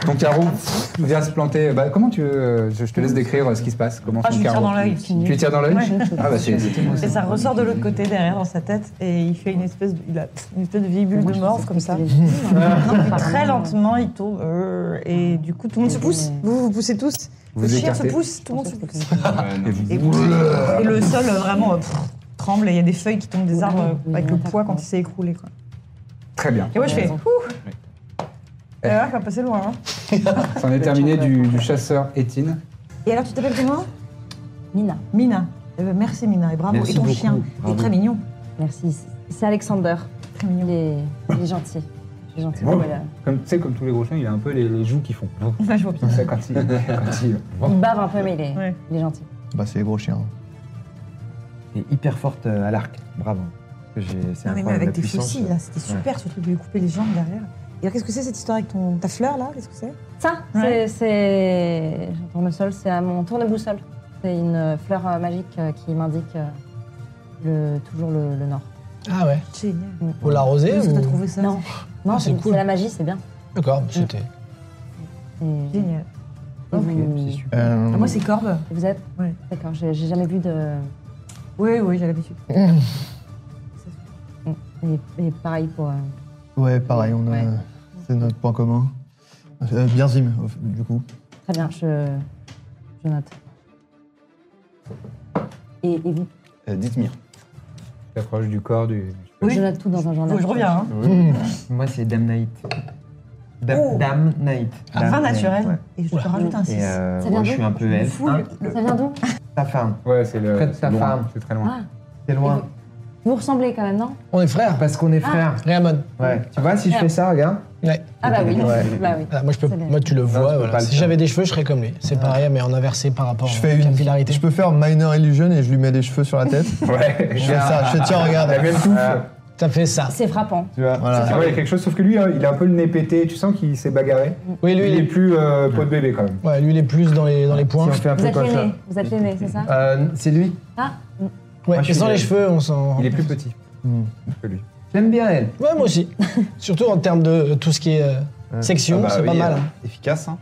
Speaker 1: Ton carreau pff, vient se planter. Bah, comment tu veux euh, Je je te laisse décrire euh, ce qui se passe. Comment
Speaker 5: Ah,
Speaker 1: son
Speaker 5: je lui tire
Speaker 1: carreau
Speaker 5: dans l'œil.
Speaker 1: Tu lui tires dans l'œil
Speaker 5: Ouais.
Speaker 1: Ah bah c'est.
Speaker 5: <laughs> Et ça ressort de l'autre côté derrière dans sa tête et il fait une espèce de, il a une espèce de vieille bulle de morve comme ça.
Speaker 2: hein.
Speaker 5: Non, mais très lentement il tombe euh, et du coup tout le monde se pousse. Vous vous poussez tous.
Speaker 1: Vous
Speaker 5: le chien se
Speaker 1: écartez.
Speaker 5: pousse, tout le monde se pousse.
Speaker 4: Ouais, non.
Speaker 1: Et vous-
Speaker 5: Et, et le sol euh, vraiment euh, pff, tremble et il y a des feuilles qui tombent des arbres euh, avec le poids quand il s'est écroulé. Quoi.
Speaker 1: Très bien.
Speaker 5: Et moi je fais. Ouh
Speaker 4: Oui.
Speaker 5: Et là, va passer loin. hein.
Speaker 1: C'en est terminé du, du chasseur Étienne.
Speaker 5: Et alors tu t'appelles comment
Speaker 2: Nina,
Speaker 5: Mina. Eh ben, merci Mina et bravo.
Speaker 4: Merci
Speaker 5: et ton
Speaker 4: beaucoup,
Speaker 5: chien
Speaker 4: bravo.
Speaker 5: est très mignon.
Speaker 2: merci. C'est Alexander.
Speaker 5: Très
Speaker 2: Il
Speaker 5: mignon.
Speaker 2: est, il est gentil. Il est gentil.
Speaker 1: Bon.
Speaker 2: Voilà.
Speaker 1: Comme tu sais, comme tous les gros chiens, il a un peu les, les joues qui
Speaker 7: <laughs>
Speaker 1: font.
Speaker 5: Enfin, je vois bien.
Speaker 1: Comme ça quand il. quand <laughs> il-
Speaker 2: Il bave un peu, mais il est,
Speaker 5: Ouais.
Speaker 2: il est gentil.
Speaker 6: Bah, c'est les gros chiens.
Speaker 7: Et hyper forte euh, à l'arc. Bravo. Parce que j'ai- C'est
Speaker 5: Non, mais,
Speaker 7: incroyable,
Speaker 5: mais
Speaker 7: la
Speaker 5: avec tes
Speaker 7: puissance.
Speaker 5: faucilles, là, c'était super ce truc de lui couper les jambes derrière. Et alors, qu'est-ce que c'est cette histoire avec ton, ta fleur, là Qu'est-ce que c'est
Speaker 2: Ça, c'est-
Speaker 5: Ouais.
Speaker 2: c'est. J'entends tournesol, c'est à mon tourneboussole. C'est une euh, fleur euh, magique euh, qui m'indique euh, le, toujours le, le nord.
Speaker 3: Ah ouais.
Speaker 5: Génial.
Speaker 3: Faut l'arroser
Speaker 5: Est-ce que t'as
Speaker 3: ou...
Speaker 5: trouvé ça
Speaker 2: Non,
Speaker 5: Ah,
Speaker 2: non,
Speaker 3: c'est
Speaker 2: c'est
Speaker 3: cool.
Speaker 2: c'est la magie, c'est bien.
Speaker 3: D'accord, c'était.
Speaker 5: Mm.
Speaker 2: Et-
Speaker 5: Génial.
Speaker 2: et vous,
Speaker 7: C'est super.
Speaker 6: Euh,
Speaker 5: Ah, moi, c'est Corbe.
Speaker 2: vous êtes
Speaker 5: Ouais.
Speaker 2: D'accord, j'ai j'ai jamais vu de.
Speaker 5: Oui, oui, j'ai l'habitude.
Speaker 2: Et, et pareil pour. euh,
Speaker 6: Ouais, pareil, on a...
Speaker 2: Ouais.
Speaker 6: c'est notre point commun. Euh, bien Zim, au- du coup.
Speaker 2: Très bien, je, je note. Et, et vous
Speaker 4: Euh, Dites-moi.
Speaker 1: T'approches du corps du.
Speaker 5: Oui.
Speaker 2: Je note tout dans un journal.
Speaker 5: Oh, je reviens. Hein.
Speaker 7: Moi, c'est Dame Knight. Dame,
Speaker 5: Oh.
Speaker 7: Dame Knight.
Speaker 5: À
Speaker 7: Dame
Speaker 5: 20
Speaker 7: Knight,
Speaker 5: naturel.
Speaker 7: ouais.
Speaker 5: Et je te
Speaker 3: Oula.
Speaker 5: rajoute un 6.
Speaker 7: Et euh,
Speaker 2: Ça vient
Speaker 7: moi, je
Speaker 2: d'où
Speaker 7: suis un peu elfe.
Speaker 5: fous,
Speaker 7: Hein
Speaker 2: Ça vient d'où
Speaker 7: Ta femme.
Speaker 1: Ouais, c'est le.
Speaker 7: Près de sa
Speaker 1: c'est loin,
Speaker 7: femme.
Speaker 1: C'est très loin.
Speaker 7: C'est loin.
Speaker 2: Vous ressemblez quand même, non
Speaker 3: On est frères.
Speaker 7: Parce qu'on est frères.
Speaker 3: Réamon.
Speaker 7: Ouais. Tu vois, si je fais ça, regarde.
Speaker 3: Ouais.
Speaker 2: Ah bah oui,
Speaker 7: Ouais.
Speaker 2: bah oui.
Speaker 3: Voilà, moi, je peux,
Speaker 2: C'est bien.
Speaker 3: moi, tu le
Speaker 1: tu
Speaker 3: vois.
Speaker 1: peux
Speaker 3: voilà.
Speaker 1: pas le
Speaker 3: Si
Speaker 1: faire.
Speaker 3: j'avais des cheveux, je serais comme lui. C'est pareil, mais en inversé par rapport
Speaker 6: Je
Speaker 3: à
Speaker 6: fais une.
Speaker 3: capillarité.
Speaker 6: Je peux faire Minor Illusion et je lui mets des cheveux sur la tête.
Speaker 1: <laughs>
Speaker 7: Ah.
Speaker 1: Ouais.
Speaker 6: je fais ça, je fais tiens, regarde.
Speaker 1: La même touffe.
Speaker 3: Ah. Ça fait ça.
Speaker 2: C'est frappant.
Speaker 1: euh, Tu vois.
Speaker 6: Voilà.
Speaker 1: Ah ouais, il y a quelque chose, sauf que lui, hein, il a un peu le nez pété. Tu sens qu'il s'est bagarré.
Speaker 3: Oui, lui,
Speaker 1: Lui,
Speaker 3: il
Speaker 1: il est
Speaker 3: est,
Speaker 1: plus euh, peau de bébé quand même.
Speaker 3: ouais, lui, il est plus dans les, dans les points.
Speaker 7: Si on fait un
Speaker 2: Vous
Speaker 7: peu
Speaker 2: êtes
Speaker 7: comme ça.
Speaker 2: l'aîné, vous êtes l'aîné, c'est ça
Speaker 7: Euh, c'est lui.
Speaker 2: Ah,
Speaker 3: Ouais,
Speaker 7: Moi, je
Speaker 3: et sans
Speaker 7: suis-
Speaker 3: les cheveux, on s'en.
Speaker 1: Il est plus petit
Speaker 7: Hmm.
Speaker 1: que lui.
Speaker 7: J'aime bien elle.
Speaker 3: Ouais, moi aussi. Surtout en termes de euh, tout ce qui est euh, Section,
Speaker 7: Ah bah
Speaker 3: c'est pas
Speaker 7: oui,
Speaker 3: mal.
Speaker 7: euh,
Speaker 3: hein.
Speaker 7: Efficace, hein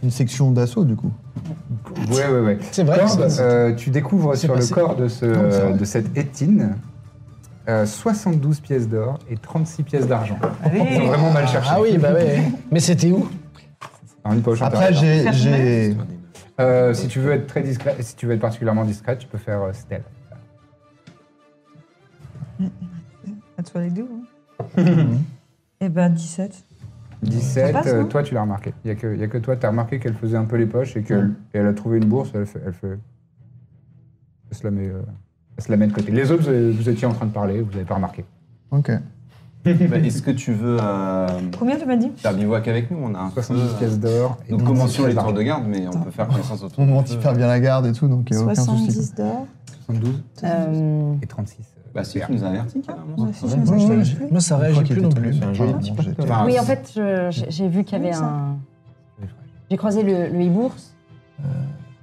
Speaker 6: Une section d'assaut, du coup.
Speaker 1: Ouais, ouais, ouais.
Speaker 3: C'est vrai que
Speaker 1: Corbe,
Speaker 3: c'est-
Speaker 1: euh, tu découvres
Speaker 3: c'est
Speaker 1: sur le
Speaker 3: passé.
Speaker 1: corps de,
Speaker 6: Non,
Speaker 1: ce,
Speaker 6: c'est vrai.
Speaker 1: de cette étine euh, 72 pièces d'or et 36 pièces d'argent. Ils ont
Speaker 5: Allez,
Speaker 1: vraiment mal cherché.
Speaker 3: Ah oui, bah ouais. Mais c'était où
Speaker 1: Alors, une poche
Speaker 6: Après,
Speaker 1: intérieure.
Speaker 6: j'ai- j'ai.
Speaker 1: Euh, si tu veux être très discret, si tu veux être particulièrement discret, tu peux faire euh, stealth.
Speaker 5: that's what I do.
Speaker 6: <laughs>
Speaker 5: Eh ben, 17.
Speaker 1: 17,
Speaker 5: passe,
Speaker 1: euh,
Speaker 5: non
Speaker 1: toi tu l'as remarqué. Il n'y a, que- y a que toi, tu as remarqué qu'elle faisait un peu les poches et
Speaker 5: Mm.
Speaker 1: qu'elle et elle a trouvé une bourse, elle fait. Elle, fait- elle se la met, euh, elle se la met de côté. Les autres, vous, vous étiez en train de parler, vous n'avez pas remarqué.
Speaker 6: Ok.
Speaker 4: Bah, Est-ce que tu veux euh,
Speaker 5: Combien tu m'as dit
Speaker 4: faire bivouac avec nous On a un peu,
Speaker 1: 70
Speaker 5: Ah.
Speaker 4: euh,
Speaker 1: pièces d'or. et
Speaker 4: Nous
Speaker 1: 36
Speaker 4: commencions les
Speaker 1: pièces
Speaker 4: tours
Speaker 1: d'argent.
Speaker 4: de garde, mais on peut faire connaissance autour.
Speaker 6: On monte hyper bien la garde et tout, donc il n'y a aucun souci.
Speaker 5: 70 d'or.
Speaker 1: 72
Speaker 2: Euh,
Speaker 1: et 36. euh,
Speaker 4: Bah, si tu nous avertis, carrément.
Speaker 5: Moi aussi, je
Speaker 6: Ouais,
Speaker 5: me sens- je
Speaker 6: ouais,
Speaker 5: l'avais
Speaker 6: ouais.
Speaker 5: plus.
Speaker 3: Moi, ça réagit plus non plus.
Speaker 6: un
Speaker 7: joli
Speaker 6: petit peu.
Speaker 4: Enfin,
Speaker 2: oui, en fait, je- j'ai j'ai vu qu'il y avait
Speaker 5: C'est où, ça
Speaker 2: un. J'ai croisé le, le hibours.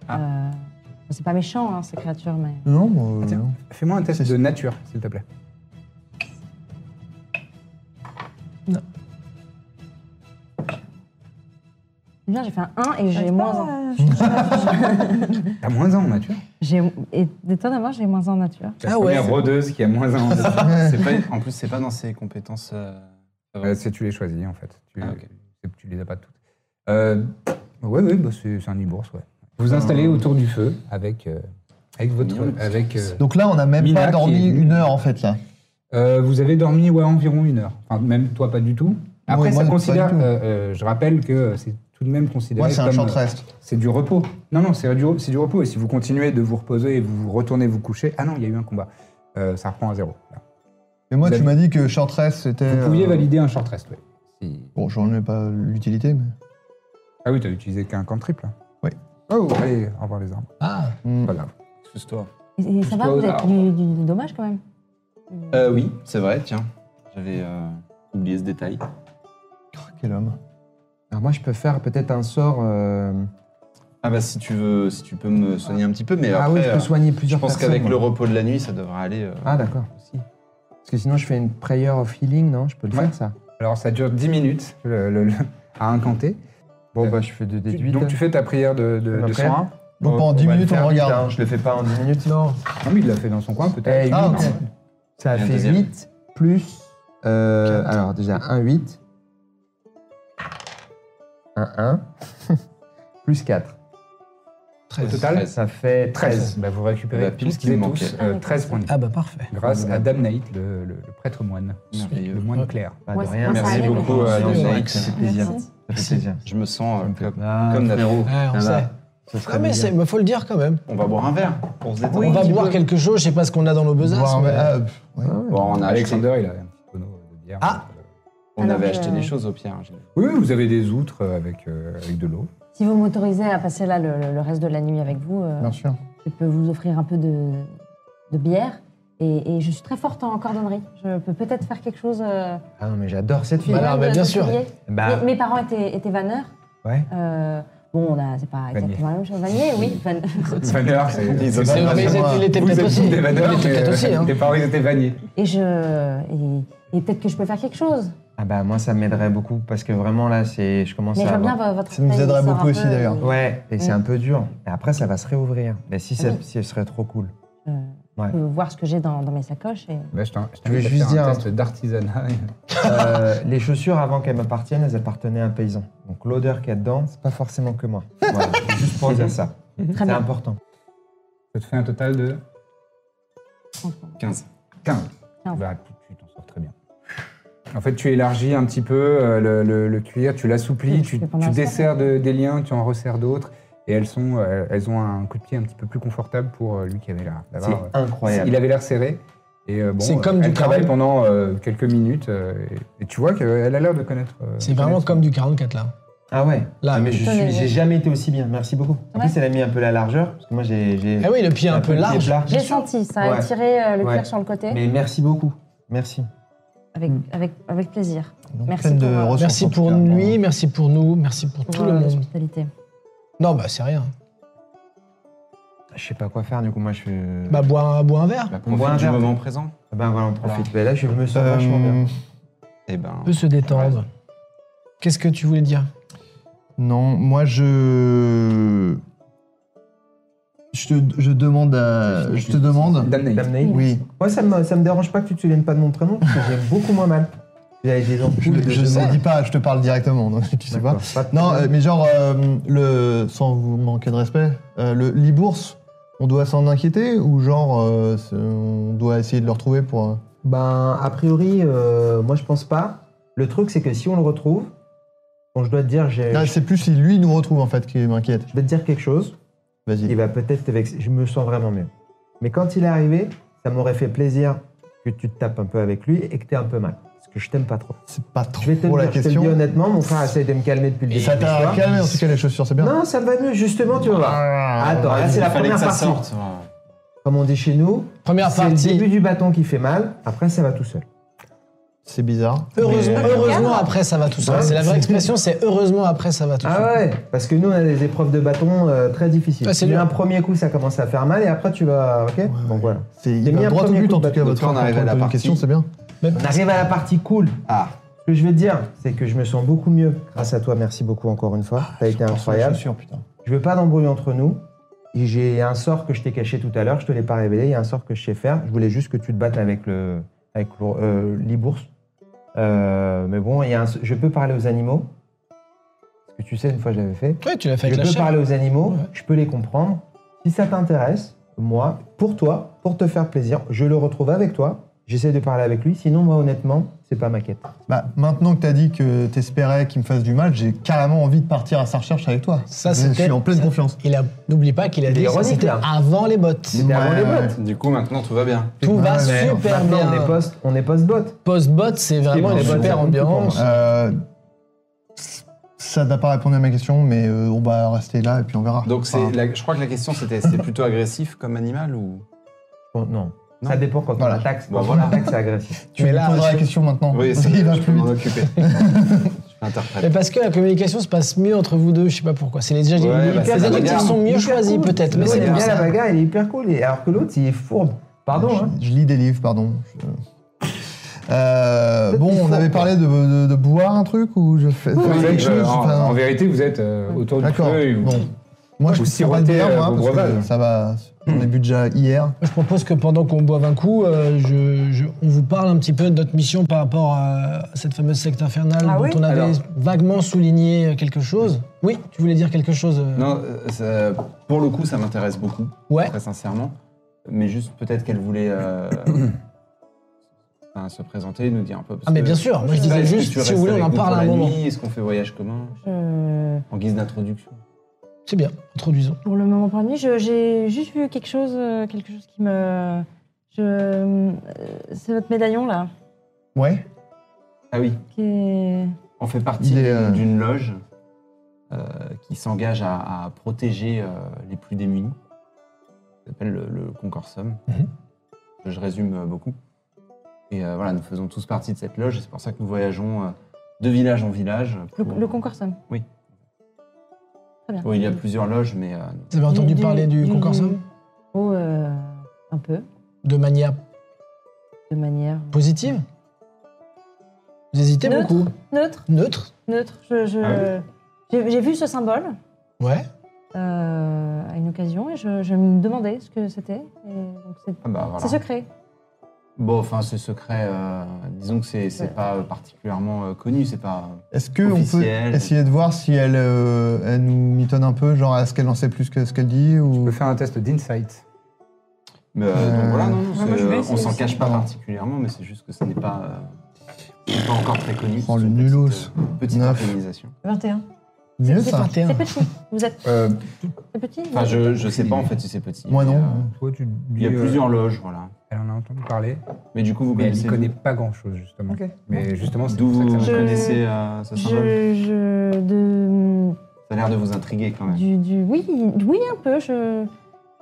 Speaker 4: ah.
Speaker 2: Euh, c'est pas méchant, hein, ces créatures, mais.
Speaker 6: Non, bon, euh,
Speaker 1: tiens.
Speaker 6: non.
Speaker 1: Fais-moi un test de nature, s'il te plaît.
Speaker 7: Mm.
Speaker 2: Bien, j'ai fait un 1 et j'ai
Speaker 5: J'arrive
Speaker 2: moins
Speaker 5: Ah, pas
Speaker 2: 1.
Speaker 5: à-
Speaker 1: T'as moins 1 en nature
Speaker 2: J'ai, et étonnamment, j'ai moins 1 en nature.
Speaker 1: La
Speaker 3: Ah ouais.
Speaker 1: première rôdeuse qui a moins 1 en nature. <laughs>
Speaker 4: C'est pas- en plus, c'est pas dans ses compétences. euh,
Speaker 1: Euh, c'est- tu les choisis en fait. Tu,
Speaker 4: Ah, ok.
Speaker 1: c'est- tu les as pas toutes. Euh, ouais, ouais, bah, c'est c'est un e-bourse, ouais. Vous vous installez autour du feu avec, euh, avec votre.
Speaker 4: Mignon, le petit
Speaker 1: Avec, euh,
Speaker 6: Donc là, on n'a même
Speaker 1: Mina
Speaker 6: pas
Speaker 1: qui
Speaker 6: dormi
Speaker 1: est-
Speaker 6: une heure, en fait, là.
Speaker 1: euh, vous avez dormi ouais, environ une heure. Enfin, même toi, pas du tout. Après,
Speaker 6: Ouais, moi,
Speaker 1: ça
Speaker 6: pas
Speaker 1: considère.
Speaker 6: du tout.
Speaker 1: euh, euh, je rappelle que c'est tout de même considéré
Speaker 6: Moi, c'est un
Speaker 1: comme, euh,
Speaker 6: chantereste.
Speaker 1: C'est du repos. Non, non, c'est du, c'est du repos. Et si vous continuez de vous reposer et vous vous retournez vous coucher, ah non, il y a eu un combat. Euh, ça reprend à zéro. là.
Speaker 6: Mais moi,
Speaker 1: Vous
Speaker 6: tu
Speaker 1: avez-
Speaker 6: m'as dit que chanteresse, c'était.
Speaker 1: Vous pouviez
Speaker 6: euh,
Speaker 1: valider un short rest, oui.
Speaker 6: Bon, j'en ai pas l'utilité, mais.
Speaker 1: Ah oui, t'as utilisé qu'un camp triple. hein.
Speaker 6: Oui.
Speaker 1: Oh, allez, au revoir les armes.
Speaker 3: Ah,
Speaker 7: Mm.
Speaker 6: Hmm.
Speaker 1: Voilà.
Speaker 4: Excuse-toi.
Speaker 2: Et, et ça va,
Speaker 1: Pousse-toi
Speaker 2: vous
Speaker 1: aux
Speaker 2: êtes
Speaker 7: hein.
Speaker 2: du, du- du dommage quand même.
Speaker 4: Euh, oui, c'est vrai, tiens. J'avais euh, oublié ce détail.
Speaker 6: Oh, quel homme.
Speaker 7: Alors moi, je peux faire peut-être un sort. euh,
Speaker 4: Ah, bah, si tu veux, si tu peux me soigner un petit peu, mais
Speaker 7: Ah
Speaker 4: après,
Speaker 7: oui, je
Speaker 4: euh,
Speaker 7: peux soigner
Speaker 4: je
Speaker 7: plusieurs
Speaker 4: pense
Speaker 7: personnes,
Speaker 4: qu'avec
Speaker 7: moi.
Speaker 4: le repos de la nuit, ça devrait aller. euh,
Speaker 7: Ah d'accord.
Speaker 4: aussi.
Speaker 7: Parce que sinon, je fais une prayer of healing, non Je peux le
Speaker 1: Ouais.
Speaker 7: faire ça.
Speaker 1: Alors ça dure 10 minutes le- le- le- à incanter.
Speaker 7: Bon
Speaker 1: Euh,
Speaker 7: bah, je fais deux déduits.
Speaker 1: Donc tu fais ta prière de, de,
Speaker 7: Ma
Speaker 1: de
Speaker 7: prière
Speaker 1: soin.
Speaker 6: Donc pendant 10 minutes, on regarde.
Speaker 7: Je le fais pas en 10 minutes. Non.
Speaker 1: Non, mais Ah il l'a fait dans son coin peut-être.
Speaker 7: Eh,
Speaker 6: Ah,
Speaker 7: huit.
Speaker 6: ok.
Speaker 7: Ça
Speaker 4: Et un
Speaker 7: fait
Speaker 4: deuxième.
Speaker 7: 8 plus. euh, alors déjà, un 8. Un 1.
Speaker 6: <laughs>
Speaker 7: plus 4.
Speaker 1: Au
Speaker 3: 13.
Speaker 1: total,
Speaker 4: Treize.
Speaker 7: Ça fait
Speaker 1: 13. Bah, vous récupérez
Speaker 4: Bah,
Speaker 1: tous
Speaker 4: pile ce qui
Speaker 1: et
Speaker 4: me
Speaker 1: tous,
Speaker 4: manquait.
Speaker 1: euh, 13 points de vie.
Speaker 3: Ah bah parfait.
Speaker 1: Grâce à Dame Naït, le, le- le prêtre moine.
Speaker 4: Merveilleux.
Speaker 1: Le moine clair.
Speaker 7: Pas
Speaker 2: Ouais,
Speaker 7: de
Speaker 2: c'est
Speaker 7: rien.
Speaker 2: bon, ça
Speaker 4: Merci
Speaker 2: arrive.
Speaker 4: beaucoup, euh,
Speaker 3: Merci.
Speaker 4: Danaïk.
Speaker 7: Ça fait plaisir.
Speaker 5: Merci.
Speaker 7: Ça fait plaisir.
Speaker 4: Je me sens euh, comme,
Speaker 7: Ah,
Speaker 4: comme d'hab.
Speaker 7: frérot,
Speaker 3: Ouais, on
Speaker 7: ça va.
Speaker 3: sait.
Speaker 7: Ça serait
Speaker 3: Non mais
Speaker 7: bien.
Speaker 3: c'est, mais faut le dire quand même.
Speaker 4: On va boire un verre pour se détendre.
Speaker 3: on va boire quelque chose, je sais pas ce qu'on a dans nos besaces.
Speaker 6: Boire un
Speaker 3: mais- euh,
Speaker 6: verre- ah, pff, ouais.
Speaker 4: Bon, on a acheté,
Speaker 1: Alexander, il a un petit tonneau de bière.
Speaker 3: Ah.
Speaker 4: on
Speaker 2: Alors,
Speaker 4: avait
Speaker 2: je-
Speaker 4: acheté des choses au Pierre. j'ai-
Speaker 1: Oui, oui, vous avez des outres avec, euh, avec de l'eau.
Speaker 2: Si vous m'autorisez à passer là le, le- le reste de la nuit avec vous, euh,
Speaker 6: Bien sûr.
Speaker 2: je peux vous offrir un peu de, de bière. Et, et je suis très forte en cordonnerie. Je peux peut-être faire quelque chose. euh,
Speaker 7: Ah non, mais j'adore cette fille.
Speaker 3: Bah, alors,
Speaker 2: de-
Speaker 3: bah, bien
Speaker 2: de
Speaker 3: sûr.
Speaker 2: prier.
Speaker 7: Bah,
Speaker 2: Mes, mes parents étaient, étaient vanneurs.
Speaker 7: Ouais.
Speaker 2: Euh, bon, on a- c'est pas
Speaker 1: Vannier.
Speaker 2: exactement la même chose. Vanier, oui. van- <laughs>
Speaker 1: Vanneur, c'est.
Speaker 4: Ils ont-
Speaker 3: C'est
Speaker 6: bah,
Speaker 3: vrai,
Speaker 6: c'est
Speaker 3: il
Speaker 6: moi.
Speaker 3: était- il était
Speaker 1: Vous
Speaker 3: peut-être
Speaker 1: êtes
Speaker 3: aussi.
Speaker 1: tous des vanneurs,
Speaker 3: Il était
Speaker 1: mais,
Speaker 3: peut-être
Speaker 1: euh,
Speaker 3: aussi, hein.
Speaker 1: tes parents, ils étaient vanniers.
Speaker 2: Et je. Et, et peut-être que je peux faire quelque chose.
Speaker 7: ah bah moi ça m'aiderait beaucoup parce que vraiment là c'est je commence
Speaker 2: Mais je
Speaker 7: à
Speaker 2: vois
Speaker 7: avoir-
Speaker 2: bien vo- votre.
Speaker 6: Ça nous
Speaker 2: taille
Speaker 6: aiderait
Speaker 2: sort un
Speaker 6: beaucoup
Speaker 2: peu,
Speaker 6: aussi, d'ailleurs.
Speaker 2: et-
Speaker 7: Ouais, et c'est
Speaker 2: Mm.
Speaker 7: un peu dur. Mais après ça va se réouvrir. Mais si, ça,
Speaker 2: Oui.
Speaker 7: si elle serait trop cool.
Speaker 2: euh,
Speaker 7: Ouais.
Speaker 2: je peux voir ce que j'ai dans, dans mes sacoches. Et...
Speaker 1: Bah, je t'in- je
Speaker 7: Je voulais
Speaker 1: t'invite à
Speaker 7: juste
Speaker 1: faire
Speaker 7: dire
Speaker 1: un
Speaker 7: un
Speaker 1: test d'artisanat. <laughs>
Speaker 7: Euh, les chaussures avant qu'elles m'appartiennent, elles appartenaient à un paysan. Donc l'odeur qu'il y a dedans, c'est pas forcément que <laughs> moi. Voilà, juste pour dire ça.
Speaker 2: Très
Speaker 7: C'est
Speaker 2: bien.
Speaker 7: important.
Speaker 1: Ça te fait un total de
Speaker 4: 15.
Speaker 1: 15.
Speaker 2: Quinze.
Speaker 1: Bah, tu- tu t'en sors très bien. En fait, tu élargis un petit peu euh, le, le- le cuir, tu l'assouplis,
Speaker 2: Oui,
Speaker 1: tu,
Speaker 2: je fais pendant
Speaker 1: tu
Speaker 2: la
Speaker 1: desserres de- des liens, tu en resserres d'autres, et elles, sont, euh, elles ont un coup de pied un petit peu plus confortable pour euh, lui qui avait l'air
Speaker 7: Ah C'est
Speaker 1: d'avoir. euh,
Speaker 7: incroyable.
Speaker 1: il avait l'air serré. Et euh, bon,
Speaker 3: C'est comme
Speaker 1: euh,
Speaker 3: du
Speaker 1: elle travaille
Speaker 3: carbone.
Speaker 1: pendant euh, quelques minutes, euh, et, et tu vois qu'elle a l'air de connaître. euh,
Speaker 3: C'est vraiment
Speaker 1: connaître.
Speaker 3: comme du 44 là.
Speaker 7: Ah ouais.
Speaker 3: Là,
Speaker 7: Ah, mais je
Speaker 2: tenez,
Speaker 7: suis, j'ai
Speaker 2: ouais.
Speaker 7: jamais été aussi bien. Merci beaucoup. En
Speaker 2: Ouais.
Speaker 7: plus, elle a mis un peu la largeur parce que moi j'ai. j'ai-
Speaker 3: Ah oui, le pied un peu
Speaker 7: le pied
Speaker 3: large.
Speaker 7: plat.
Speaker 2: J'ai senti, ça a
Speaker 7: Ouais.
Speaker 2: tiré euh, le
Speaker 7: Ouais.
Speaker 2: cuir sur le côté.
Speaker 7: Mais merci beaucoup. Merci.
Speaker 2: Avec, avec, avec plaisir.
Speaker 6: Donc,
Speaker 2: Merci
Speaker 6: pleine de
Speaker 2: pour, euh,
Speaker 6: ressources, en
Speaker 3: Merci
Speaker 6: tout
Speaker 3: pour
Speaker 6: cas.
Speaker 3: lui, merci pour nous, merci pour
Speaker 2: Pour
Speaker 3: tout le
Speaker 2: euh,
Speaker 3: monde.
Speaker 2: l'hospitalité.
Speaker 3: Non, bah c'est rien.
Speaker 7: Je sais pas quoi faire du coup. Moi je. fais-
Speaker 3: Bah bois un, bois un verre.
Speaker 4: Bah,
Speaker 7: On boit un
Speaker 4: profite du
Speaker 7: verre.
Speaker 4: moment présent.
Speaker 7: Euh, Ah ben voilà, on profite. Ben là, je me sens vachement bien.
Speaker 6: Euh,
Speaker 4: Eh ben,
Speaker 3: On peut se détendre. Qu'est-ce que tu voulais dire
Speaker 6: Non, moi je. Je te, je demande à. Je te demande.
Speaker 1: Damnate.
Speaker 7: Damnate.
Speaker 6: Oui.
Speaker 7: Moi, ça me, ça me dérange pas que tu te souviennes pas de mon prénom, parce que j'ai beaucoup moins mal. J'avais des gens
Speaker 6: Je
Speaker 7: cool de-
Speaker 6: ne dis pas, je te parle directement, <laughs> donc tu sais pas.
Speaker 7: D'accord, pas de
Speaker 6: Non, euh,
Speaker 7: problème.
Speaker 6: mais genre, euh, le, sans vous manquer de respect, euh, le l'e-bourse, on doit s'en inquiéter ou genre, euh, c'est- on doit essayer de le retrouver pour. euh,
Speaker 7: Ben, a priori, euh, moi, je pense pas. Le truc, c'est que si on le retrouve, bon, je dois te dire, j'ai-
Speaker 6: Là,
Speaker 7: je
Speaker 6: c'est plus si lui nous retrouve en fait qui m'inquiète.
Speaker 7: dois te dire quelque chose. Il
Speaker 6: Vas-y.
Speaker 7: va peut-être te vexer. Je me sens vraiment mieux. Mais quand il est arrivé, ça m'aurait fait plaisir que tu te tapes un peu avec lui et que t'aies un peu mal. Parce que je t'aime pas trop.
Speaker 6: C'est pas trop
Speaker 7: Je vais te le
Speaker 6: la
Speaker 7: dire, je te le
Speaker 6: question.
Speaker 7: dis honnêtement, mon frère essaye de me calmer depuis le
Speaker 6: Et
Speaker 7: début.
Speaker 6: ça
Speaker 7: de
Speaker 6: t'a
Speaker 7: l'histoire.
Speaker 6: calmé hein. en tout cas les chaussures, c'est bien. Ah,
Speaker 7: Non, ça me va mieux, justement, tu vas voir. Attends, là, c'est la
Speaker 4: Il fallait
Speaker 7: première
Speaker 4: que ça
Speaker 7: partie.
Speaker 4: sorte.
Speaker 7: Comme on dit chez nous,
Speaker 3: Première
Speaker 7: c'est le
Speaker 3: partie.
Speaker 7: début du bâton qui fait mal, après ça va tout seul.
Speaker 6: C'est bizarre.
Speaker 3: Heureusement,
Speaker 4: Mais-
Speaker 3: heureusement après ça va tout seul.
Speaker 7: euh, Ouais.
Speaker 3: C'est la vraie expression, c'est heureusement après ça va tout seul.
Speaker 7: Ah ouais, parce que nous on a des épreuves de bâton euh, très difficiles.
Speaker 3: Ah, c'est
Speaker 7: Mais
Speaker 3: dur.
Speaker 7: un premier coup ça commence à faire mal et après tu vas. Ok Donc voilà.
Speaker 6: C'est il
Speaker 7: J'ai mis
Speaker 6: va
Speaker 7: un
Speaker 6: droit au
Speaker 7: premier
Speaker 6: but
Speaker 7: coup
Speaker 6: en
Speaker 7: de
Speaker 6: tout cas
Speaker 7: bâton.
Speaker 6: votre
Speaker 4: Quand on
Speaker 6: frère,
Speaker 4: arrive
Speaker 6: quand
Speaker 4: à
Speaker 6: on
Speaker 4: la
Speaker 6: pose une
Speaker 4: partie-
Speaker 6: question, c'est bien.
Speaker 7: On arrive à la partie cool.
Speaker 4: Ah,
Speaker 7: Ce que je veux te dire, c'est que je me sens beaucoup mieux grâce à toi. Merci beaucoup encore une fois. T'as été incroyable.
Speaker 6: Chaussures, putain.
Speaker 7: Je veux pas d'embrouille entre nous. Et j'ai un sort que je t'ai caché tout à l'heure, je te l'ai pas révélé. Il y a un sort que je sais faire. Je voulais juste que tu te battes avec le avec le- euh, l'e-bourse. Euh, mais bon, il y a un- je peux parler aux animaux. Parce que tu sais, une fois je l'avais fait.
Speaker 3: Ouais, tu l'as fait avec
Speaker 7: je
Speaker 3: la
Speaker 7: peux
Speaker 3: chair.
Speaker 7: parler aux animaux,
Speaker 3: Ouais.
Speaker 7: je peux les comprendre. Si ça t'intéresse, moi, pour toi, pour te faire plaisir, je le retrouve avec toi. J'essaie de parler avec lui. Sinon, moi, honnêtement, c'est pas ma quête.
Speaker 6: Bah, maintenant que t'as dit que t'espérais qu'il me fasse du mal, j'ai carrément envie de partir à sa recherche avec toi.
Speaker 3: Ça,
Speaker 6: je
Speaker 3: c'était-
Speaker 6: suis en pleine
Speaker 3: ça-
Speaker 6: confiance.
Speaker 3: Il a, n'oublie pas qu'il a
Speaker 7: Il est
Speaker 3: dit que
Speaker 7: ironique,
Speaker 3: c'était
Speaker 7: là.
Speaker 3: avant les bottes.
Speaker 7: C'était avant
Speaker 6: Ouais,
Speaker 7: les
Speaker 6: ouais.
Speaker 7: bottes.
Speaker 4: du coup, maintenant, tout va bien.
Speaker 3: Tout va
Speaker 6: Ouais, mais
Speaker 3: super
Speaker 7: Maintenant, on est
Speaker 3: bien.
Speaker 7: post, on est post bot.
Speaker 3: Post-bot, c'est vraiment
Speaker 7: bon,
Speaker 3: une
Speaker 7: les bottes,
Speaker 3: Ah, super
Speaker 7: ça compte tout pour
Speaker 3: ambiance.
Speaker 6: Euh, ça n'a pas répondu à ma question, mais euh, on va rester là et puis on verra.
Speaker 4: Donc, c'est
Speaker 6: Enfin,
Speaker 4: la- je crois que la question, c'était c'est plutôt agressif comme animal ou.
Speaker 7: Bon, non.
Speaker 4: Non.
Speaker 7: ça dépend quand
Speaker 6: Voilà.
Speaker 7: on attaque. Quand
Speaker 4: Bah, voilà.
Speaker 7: on attaque, c'est agressif.
Speaker 6: tu
Speaker 3: Mais
Speaker 6: lui
Speaker 3: là,
Speaker 6: poseras
Speaker 3: je-
Speaker 6: la question maintenant.
Speaker 4: Oui,
Speaker 6: parce <laughs>
Speaker 4: ça,
Speaker 6: qu'il va
Speaker 4: je
Speaker 6: plus
Speaker 4: peux m'en
Speaker 6: vite.
Speaker 4: occuper.
Speaker 3: <laughs> Mais
Speaker 4: je l'interprète.
Speaker 3: parce que la communication se passe mieux entre vous deux, je sais pas pourquoi. C'est les, déjà,
Speaker 4: Ouais,
Speaker 3: les,
Speaker 4: bah,
Speaker 3: les
Speaker 4: c'est la
Speaker 3: adjectifs
Speaker 4: bagarre.
Speaker 3: sont mieux choisis peut-être, mais
Speaker 7: Ouais,
Speaker 3: c'est
Speaker 7: le
Speaker 3: pour
Speaker 7: gars, la
Speaker 3: ça.
Speaker 7: bagarre, il est hyper cool. et- Alors que l'autre, il est fourbe. Pardon, hein.
Speaker 6: Ah, Je, je lis des livres, pardon. Je- Euh,
Speaker 7: Peut-être
Speaker 6: bon,
Speaker 7: qu'il
Speaker 6: on
Speaker 7: faut-
Speaker 6: avait parlé de, de- de boire un truc ou je fais. faire
Speaker 8: Vous
Speaker 6: quelque
Speaker 8: êtes,
Speaker 6: chose,
Speaker 8: euh, en,
Speaker 6: enfin,
Speaker 8: en vérité, vous êtes euh, autour du
Speaker 6: D'accord.
Speaker 8: feu. et vous-
Speaker 6: Bon. Moi, je
Speaker 8: Vous
Speaker 6: ne pas de
Speaker 8: sirotez,
Speaker 6: bière,
Speaker 8: euh,
Speaker 6: moi,
Speaker 8: vos
Speaker 6: parce que
Speaker 8: breuvages.
Speaker 6: ça va. On a bu déjà hier.
Speaker 3: Je propose que pendant qu'on boive un coup, euh, je- je- on vous parle un petit peu de notre mission par rapport à cette fameuse secte infernale
Speaker 5: Ah
Speaker 3: dont
Speaker 5: oui
Speaker 3: on avait
Speaker 4: Alors.
Speaker 3: vaguement souligné quelque chose. Oui, tu voulais dire quelque chose euh,
Speaker 4: Non, euh, ça- pour le coup, ça m'intéresse beaucoup,
Speaker 3: Ouais.
Speaker 4: très sincèrement. Mais juste, peut-être qu'elle voulait euh, enfin, se présenter, nous dire un peu. parce
Speaker 3: Ah mais
Speaker 4: que-
Speaker 3: bien sûr, moi je
Speaker 4: sais pas,
Speaker 3: disais
Speaker 4: est-ce que
Speaker 3: juste, si
Speaker 4: tu restes
Speaker 3: vous voulez, on
Speaker 4: avec
Speaker 3: en
Speaker 4: nous
Speaker 3: parle
Speaker 4: pour
Speaker 3: à un
Speaker 4: la
Speaker 3: moment.
Speaker 4: nuit, Est-ce qu'on fait voyage commun
Speaker 2: Je-
Speaker 4: En guise d'introduction.
Speaker 3: C'est bien, introduisons.
Speaker 2: Pour le moment, pour la nuit, je- j'ai juste vu quelque chose, euh, quelque chose qui me. Je... euh, C'est votre médaillon là,
Speaker 6: Ouais.
Speaker 4: Ah oui,
Speaker 2: qui est.
Speaker 4: on fait partie
Speaker 6: Il est, euh,
Speaker 4: d'une loge euh, qui s'engage à, à protéger euh, les plus démunis. Ça s'appelle le, le Concorsum.
Speaker 3: Mhm.
Speaker 4: Je résume euh, beaucoup. Et euh, voilà, nous faisons tous partie de cette loge. et C'est pour ça que nous voyageons euh, de village en village.
Speaker 2: Le,
Speaker 4: pour-
Speaker 2: le concorsum.
Speaker 4: Oui.
Speaker 2: Très bien.
Speaker 4: Bon, il y a plusieurs loges, mais euh,
Speaker 3: Vous avez entendu parler du, concorsum
Speaker 2: Oh, euh, un peu,
Speaker 3: De manière
Speaker 2: de manière.
Speaker 3: positive Vous hésitez
Speaker 2: Neutre.
Speaker 3: beaucoup
Speaker 2: Neutre,
Speaker 3: Neutre
Speaker 2: neutre. Je, je-
Speaker 4: Ah
Speaker 2: j'ai, j'ai vu ce symbole
Speaker 3: Ouais.
Speaker 2: euh, à une occasion et je, je me demandais ce que c'était. Et donc c'est,
Speaker 4: ah bah, voilà.
Speaker 2: c'est secret.
Speaker 4: Bon, enfin, c'est secret. euh, disons que c'est c'est
Speaker 2: Ouais.
Speaker 4: pas euh, particulièrement euh, connu. C'est pas.
Speaker 6: Est-ce qu'on peut
Speaker 4: Officiel.
Speaker 6: essayer de voir si elle, euh, elle nous mitonne un peu, genre est-ce qu'elle en sait plus que ce qu'elle dit
Speaker 1: Je
Speaker 6: ou
Speaker 1: peux faire un test d'insight.
Speaker 4: Mais, euh, donc voilà, non, non,
Speaker 5: Ouais, moi,
Speaker 4: c'est,
Speaker 5: je vais
Speaker 4: euh, on
Speaker 5: essayer
Speaker 4: s'en
Speaker 5: aussi.
Speaker 4: cache pas particulièrement, mais c'est juste que ce n'est pas, euh, c'est pas encore très connu.
Speaker 6: Oh,
Speaker 4: C'est
Speaker 6: le
Speaker 4: une petite,
Speaker 6: nulos.
Speaker 4: euh, Petite
Speaker 6: Neuf.
Speaker 4: organisation.
Speaker 5: 21.
Speaker 6: mieux
Speaker 2: c'est,
Speaker 6: ça
Speaker 2: c'est petit. Vous êtes
Speaker 1: Euh,
Speaker 2: c'est petit
Speaker 4: Enfin, je, je sais pas en fait si c'est petit.
Speaker 6: Moi
Speaker 4: mais,
Speaker 6: non.
Speaker 4: euh,
Speaker 1: toi, tu dis,
Speaker 4: il y a
Speaker 1: euh,
Speaker 4: plusieurs loges, voilà.
Speaker 1: Elle en a entendu parler,
Speaker 4: Mais du coup, vous
Speaker 1: mais elle
Speaker 4: connaissez.
Speaker 1: n'y connaît pas grand-chose, justement.
Speaker 5: Ok.
Speaker 1: Mais justement, c'est
Speaker 4: D'où
Speaker 1: pour ça que ça
Speaker 4: vous
Speaker 1: m'a-
Speaker 2: Je-
Speaker 4: connaissez euh, ce symbole
Speaker 2: Je, je- de,
Speaker 4: Ça a l'air de vous intriguer quand même.
Speaker 2: du, du- oui, oui, un peu. Je,